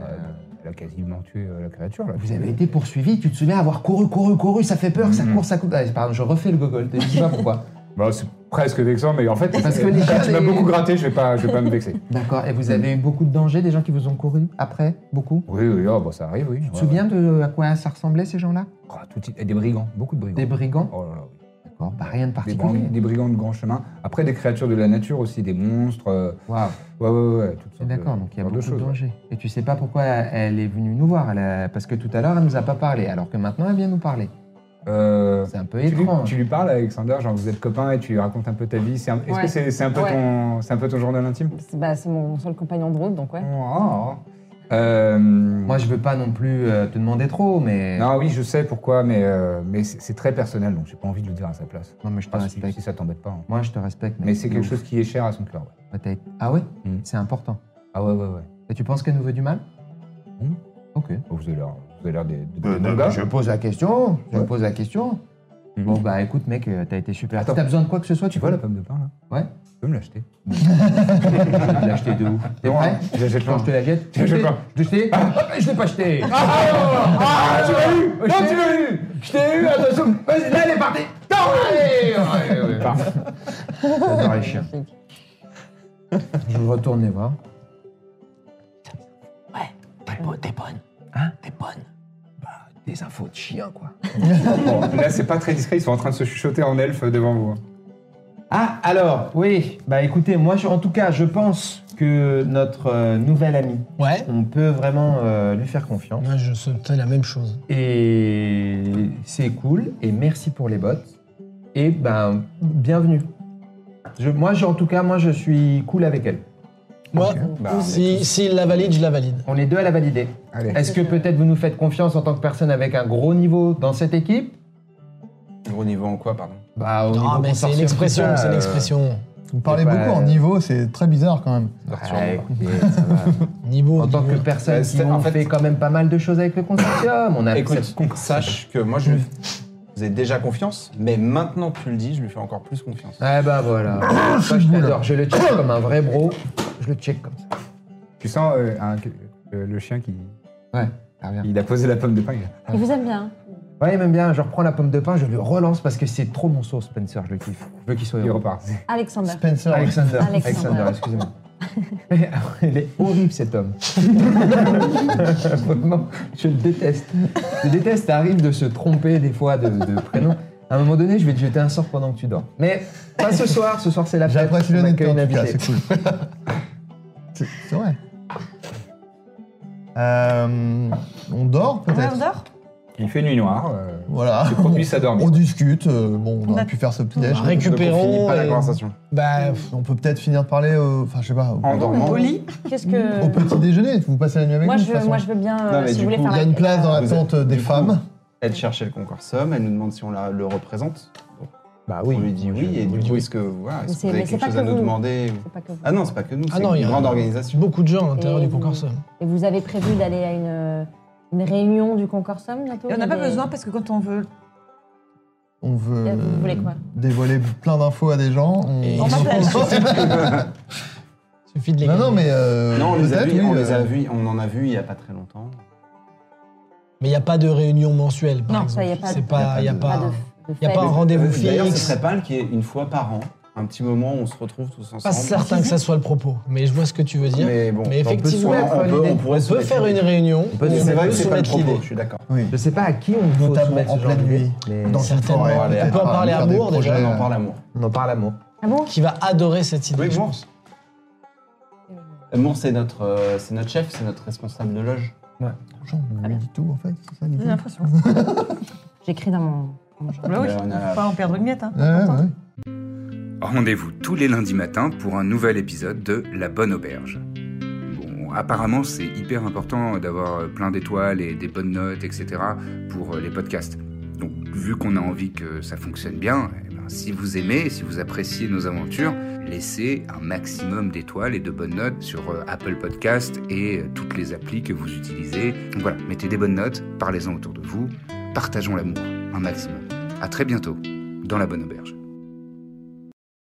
Speaker 1: elle a quasiment tué euh, la créature. Là.
Speaker 7: Vous avez été poursuivi, tu te souviens avoir couru, couru, couru, ça fait peur, ça
Speaker 1: Mhm.
Speaker 7: court, ça court. Ah, pardon, je refais le gogol, je sais pas pourquoi.
Speaker 1: Bah, c'est presque vexant, mais en fait,
Speaker 7: Parce
Speaker 1: <laughs>
Speaker 7: que les gars,
Speaker 1: tu m'as
Speaker 7: les-
Speaker 1: beaucoup gratté, je vais pas, je vais pas me vexer.
Speaker 7: D'accord, et vous avez eu beaucoup de dangers, des gens qui vous ont couru après, beaucoup
Speaker 1: Oui, oui, oh, bah, ça arrive, oui. Oh,
Speaker 7: Tu te souviens de à quoi ça ressemblait ces gens-là
Speaker 1: Des brigands, beaucoup de brigands.
Speaker 7: Des brigands
Speaker 1: Oh là là, oui.
Speaker 7: D'accord, bah rien de
Speaker 1: Des,
Speaker 7: particulier.
Speaker 1: brigands- des brigands de grand chemin. Après, des créatures de la nature aussi, des monstres. euh,
Speaker 7: Waouh, Eh,
Speaker 1: Ouais, ouais, ouais, toutes sortes de-
Speaker 7: d'accord, donc il y a
Speaker 1: sortes
Speaker 7: beaucoup
Speaker 1: de
Speaker 7: de,
Speaker 1: choses. ouais.
Speaker 7: dangers. Et tu sais pas pourquoi elle est venue nous voir, elle a- parce que tout à l'heure elle nous a pas parlé, alors que maintenant elle vient nous parler.
Speaker 1: Euh,
Speaker 7: C'est un peu
Speaker 1: tu, lui,
Speaker 7: étrange.
Speaker 1: tu lui parles, Alexander, genre vous êtes copains et tu lui racontes un peu ta vie. C'est un- Est-ce
Speaker 2: Ouais.
Speaker 1: que c'est c'est un, peu
Speaker 2: Ouais.
Speaker 1: ton- c'est un peu ton journal intime
Speaker 2: C'est bah, c'est mon seul compagnon de route, donc ouais.
Speaker 1: Oh. Euh,
Speaker 7: Moi je veux pas non plus euh, te demander trop, mais.
Speaker 1: Non, oui, je sais pourquoi, mais, euh, mais c'est c'est très personnel, donc j'ai pas envie de le dire à sa place.
Speaker 7: Non, mais je te
Speaker 1: Enfin, si,
Speaker 7: respecte.
Speaker 1: si ça t'embête pas. hein.
Speaker 7: Moi je te respecte,
Speaker 1: Ah, Mais c'est quelque
Speaker 7: Non.
Speaker 1: chose qui est cher à son cœur. ouais.
Speaker 7: Peut-être. Ah ouais
Speaker 1: Mm.
Speaker 7: C'est important.
Speaker 1: Ah ouais, ouais, ouais.
Speaker 7: Et tu penses qu'elle nous veut du mal
Speaker 1: Mm.
Speaker 7: Ok.
Speaker 1: Oh, Vous avez l'air- vous avez l'air des, des- des bons gars.
Speaker 7: Euh, je pose la question. Je
Speaker 1: Ouais.
Speaker 7: pose la question.
Speaker 1: Mhm.
Speaker 7: Bon bah écoute mec, euh, t'as été super.
Speaker 1: Attends.
Speaker 7: Si t'as besoin de quoi que ce soit, tu
Speaker 1: Tu vois la pomme de pain là
Speaker 7: Ouais.
Speaker 1: Tu peux me l'acheter
Speaker 7: peux l'acheter
Speaker 1: <laughs>
Speaker 7: de ouf. T'es
Speaker 1: Non,
Speaker 7: prêt
Speaker 1: je l'achète
Speaker 7: Quand
Speaker 1: pas.
Speaker 7: je te la jette,
Speaker 1: Je l'achète
Speaker 7: l'ai-
Speaker 1: pas.
Speaker 7: Je l'ai acheté Ah, Je l'ai pas acheté.
Speaker 1: Ah, tu l'as eu Non, tu l'as eu
Speaker 7: Je t'ai eu. attention. Vas-y, là elle est partie. Non, allez, ouais, ouais, ouais. J'adore les chiens.
Speaker 2: Magnifique.
Speaker 7: Je retourne les voir. Hein Bah,
Speaker 1: Bon, Là, c'est pas très discret, ils sont en train de se chuchoter en elfe devant vous. hein.
Speaker 7: Ah, alors, oui. Bah écoutez, moi, je- en tout cas, je pense que notre euh, nouvel ami,
Speaker 3: Ouais.
Speaker 7: on peut vraiment euh, lui faire confiance.
Speaker 3: Moi, je sentais la même chose.
Speaker 7: Et c'est cool. Et merci pour les bottes. Et ben, bienvenue. Je- moi, je- en tout cas, moi, je suis cool avec elle.
Speaker 3: Moi,
Speaker 1: Bah,
Speaker 3: si, s'il la valide, je la valide.
Speaker 7: On est deux à la valider.
Speaker 1: Allez.
Speaker 7: Est-ce que peut-être vous nous faites confiance en tant que personne avec un gros niveau dans cette équipe
Speaker 4: Gros niveau en quoi, pardon
Speaker 7: Bah, au
Speaker 3: Non,
Speaker 7: niveau
Speaker 3: Ah, mais c'est
Speaker 7: consortium,
Speaker 3: une expression,
Speaker 7: tout ça,
Speaker 3: c'est une
Speaker 7: euh,
Speaker 3: expression.
Speaker 6: Vous parlez
Speaker 7: pas-
Speaker 6: beaucoup en niveau, c'est très bizarre quand même.
Speaker 7: ouais, écoutez, ça va.
Speaker 3: Niveau.
Speaker 7: euh, En tant que
Speaker 3: niveau.
Speaker 7: personne qui
Speaker 4: c'est- en
Speaker 7: ont
Speaker 4: fait-
Speaker 7: fait quand même pas mal de choses avec le consortium, on a
Speaker 4: Écoute,
Speaker 7: cette-
Speaker 4: sache que moi, je vous ai déjà confiance, mais maintenant que tu le dis, je lui fais encore plus confiance.
Speaker 7: Eh bah voilà.
Speaker 3: <coughs>
Speaker 7: Moi je t'adore, je le check comme un vrai bro. Je le check comme ça.
Speaker 1: Tu sens euh, un- euh, le chien qui.
Speaker 7: Ouais, ça revient.
Speaker 1: Il a posé la pomme de pain. il a-
Speaker 2: Il vous aime bien.
Speaker 7: Ouais, même bien, je reprends la pomme de pain, je le relance parce que c'est trop mon sauce, Spencer, je le kiffe. Je veux qu'il soit
Speaker 1: Il
Speaker 7: heureux.
Speaker 1: repart.
Speaker 2: Alexander.
Speaker 6: Spencer,
Speaker 7: Alexander,
Speaker 2: Alexander.
Speaker 7: Alexander, excusez-moi. Mais, ah ouais, Il est horrible cet homme. <laughs> Vraiment, je le déteste. Je le déteste, ça arrive de se tromper des fois de, de prénom. À un moment donné, je vais te jeter un sort pendant que tu dors. Mais pas ce soir, ce soir c'est
Speaker 4: Ah,
Speaker 7: la fête.
Speaker 6: j'apprécie
Speaker 7: on
Speaker 6: l'honnêteté
Speaker 7: accueille
Speaker 6: en
Speaker 7: une
Speaker 6: tout cas,
Speaker 7: invitée.
Speaker 6: c'est cool.
Speaker 4: <laughs>
Speaker 6: c'est c'est vrai. Euh, on dort
Speaker 5: Ouais,
Speaker 6: peut-être
Speaker 5: on dort
Speaker 1: Il fait nuit noire. euh,
Speaker 6: Voilà.
Speaker 1: C'est propice à dormir.
Speaker 6: On discute, euh, bon, on
Speaker 5: On
Speaker 6: a
Speaker 2: Bah,
Speaker 5: a-
Speaker 6: pu faire ce petit déj.
Speaker 3: on a récup-
Speaker 4: Donc, on
Speaker 3: Récupérons
Speaker 4: finit pas la
Speaker 3: et-
Speaker 4: conversation.
Speaker 3: Bah,
Speaker 6: On peut peut-être finir de parler, euh, enfin je sais pas, au,
Speaker 1: En dormant.
Speaker 5: Au lit
Speaker 2: Qu'est-ce
Speaker 6: au
Speaker 2: que.
Speaker 6: petit déjeuner. Vous passez la nuit avec
Speaker 2: Moi
Speaker 6: nous de
Speaker 2: je,
Speaker 6: toute façon.
Speaker 2: moi, je veux bien. euh,
Speaker 4: mais
Speaker 2: si
Speaker 4: du
Speaker 2: vous voulez
Speaker 4: coup,
Speaker 2: faire
Speaker 6: Il y a une place dans la
Speaker 4: Vous êtes-
Speaker 6: tente euh, des
Speaker 4: du coup,
Speaker 6: femmes.
Speaker 4: Elle cherchait le concorsum, elle nous demande si on la- le représente.
Speaker 7: Bah
Speaker 4: on lui dit oui, et du coup, est-ce que, voilà,
Speaker 2: Mais
Speaker 4: est-ce que vous
Speaker 2: c'est-
Speaker 4: avez
Speaker 2: mais c'est
Speaker 4: quelque
Speaker 2: pas
Speaker 4: chose
Speaker 2: que
Speaker 4: à nous
Speaker 2: vous.
Speaker 4: demander
Speaker 2: C'est pas que vous.
Speaker 4: Ah non, c'est pas que nous,
Speaker 3: Ah
Speaker 4: c'est
Speaker 3: non, il y
Speaker 4: une
Speaker 3: a-
Speaker 4: grande organisation.
Speaker 3: beaucoup de gens à l'intérieur
Speaker 2: Et
Speaker 3: du
Speaker 2: vous-
Speaker 3: concorsum.
Speaker 2: Et vous avez prévu d'aller à une, une réunion du concorsum bientôt
Speaker 5: Et on n'a
Speaker 2: Il y a
Speaker 5: pas
Speaker 2: des-
Speaker 5: besoin parce que quand on veut.
Speaker 6: On veut
Speaker 2: Et vous voulez
Speaker 6: euh,
Speaker 2: quoi
Speaker 6: dévoiler plein d'infos à des gens. On...
Speaker 3: Et-
Speaker 5: On m'appelle.
Speaker 3: Suffit de les
Speaker 6: non, non, mais. euh,
Speaker 4: Non, on les a
Speaker 6: peut-être,
Speaker 4: vus,
Speaker 6: oui,
Speaker 4: on les a
Speaker 6: euh,
Speaker 4: vus, on en a vu il y a pas très longtemps.
Speaker 3: Mais il n'y a pas de réunion mensuelle. Par
Speaker 5: Non,
Speaker 3: exemple.
Speaker 2: ça, y a pas
Speaker 3: C'est
Speaker 2: de-
Speaker 3: pas.
Speaker 4: y
Speaker 3: Y
Speaker 4: a
Speaker 3: a
Speaker 2: pas
Speaker 3: pas.
Speaker 2: de, de
Speaker 3: bah, y a
Speaker 2: fête.
Speaker 3: pas un rendez-vous fixe.
Speaker 4: D'ailleurs, ce serait pas mal qu'il y ait une fois par an un petit moment où on se retrouve tous ensemble.
Speaker 3: Pas certain que ça soit le propos, mais je vois ce que tu veux dire.
Speaker 4: Mais bon,
Speaker 3: Mais
Speaker 4: on peut
Speaker 3: effectivement,
Speaker 4: soumettre- on, peut, on pourrait
Speaker 3: On peut
Speaker 4: soumettre
Speaker 3: faire une
Speaker 4: l'idée.
Speaker 3: réunion.
Speaker 4: On peut- C'est vrai que c'est pas le
Speaker 3: soumettre
Speaker 4: propos,
Speaker 3: l'idée.
Speaker 4: je suis d'accord.
Speaker 6: Oui.
Speaker 7: Je sais pas à qui on veut
Speaker 6: Notamment
Speaker 7: soumettre
Speaker 6: en
Speaker 7: ce genre
Speaker 6: pleine
Speaker 7: d'idée,
Speaker 6: nuit.
Speaker 7: mais
Speaker 6: Dans une
Speaker 3: Certainement.
Speaker 6: forêt.
Speaker 4: On peut
Speaker 6: peut-être,
Speaker 3: en
Speaker 6: euh,
Speaker 3: parler
Speaker 6: faire
Speaker 3: à
Speaker 6: des
Speaker 3: Moore, déjà.
Speaker 6: projets,
Speaker 4: On en
Speaker 6: euh,
Speaker 4: parle à Moore.
Speaker 7: on en parle à moi.
Speaker 2: Ah bon
Speaker 3: Qui va adorer cette idée.
Speaker 4: Oui,
Speaker 3: je
Speaker 4: Moore.
Speaker 3: pense.
Speaker 4: Moore, c'est notre, euh, c'est notre chef, c'est notre responsable de loge.
Speaker 6: Genre, on lui dit tout en fait, c'est ça l'idée.
Speaker 5: J'ai l'impression.
Speaker 2: J'écris dans mon. dans mon journal.
Speaker 5: Bah oui,
Speaker 4: Mais on a-
Speaker 5: faut pas en perdre une miette. Hein,
Speaker 6: Ouais, ouais,
Speaker 5: Pourtant.
Speaker 6: ouais.
Speaker 9: Rendez-vous tous les lundis matins pour un nouvel épisode de La Bonne Auberge. Bon, apparemment, c'est hyper important d'avoir plein d'étoiles et des bonnes notes, etc. pour euh, les podcasts. Donc, vu qu'on a envie que ça fonctionne bien, eh ben, si vous aimez, si vous appréciez nos aventures, laissez un maximum d'étoiles et de bonnes notes sur euh, Apple Podcast et euh, toutes les applis que vous utilisez. Donc voilà, mettez des bonnes notes, parlez-en autour de vous, partageons l'amour un maximum. À très bientôt dans La Bonne Auberge.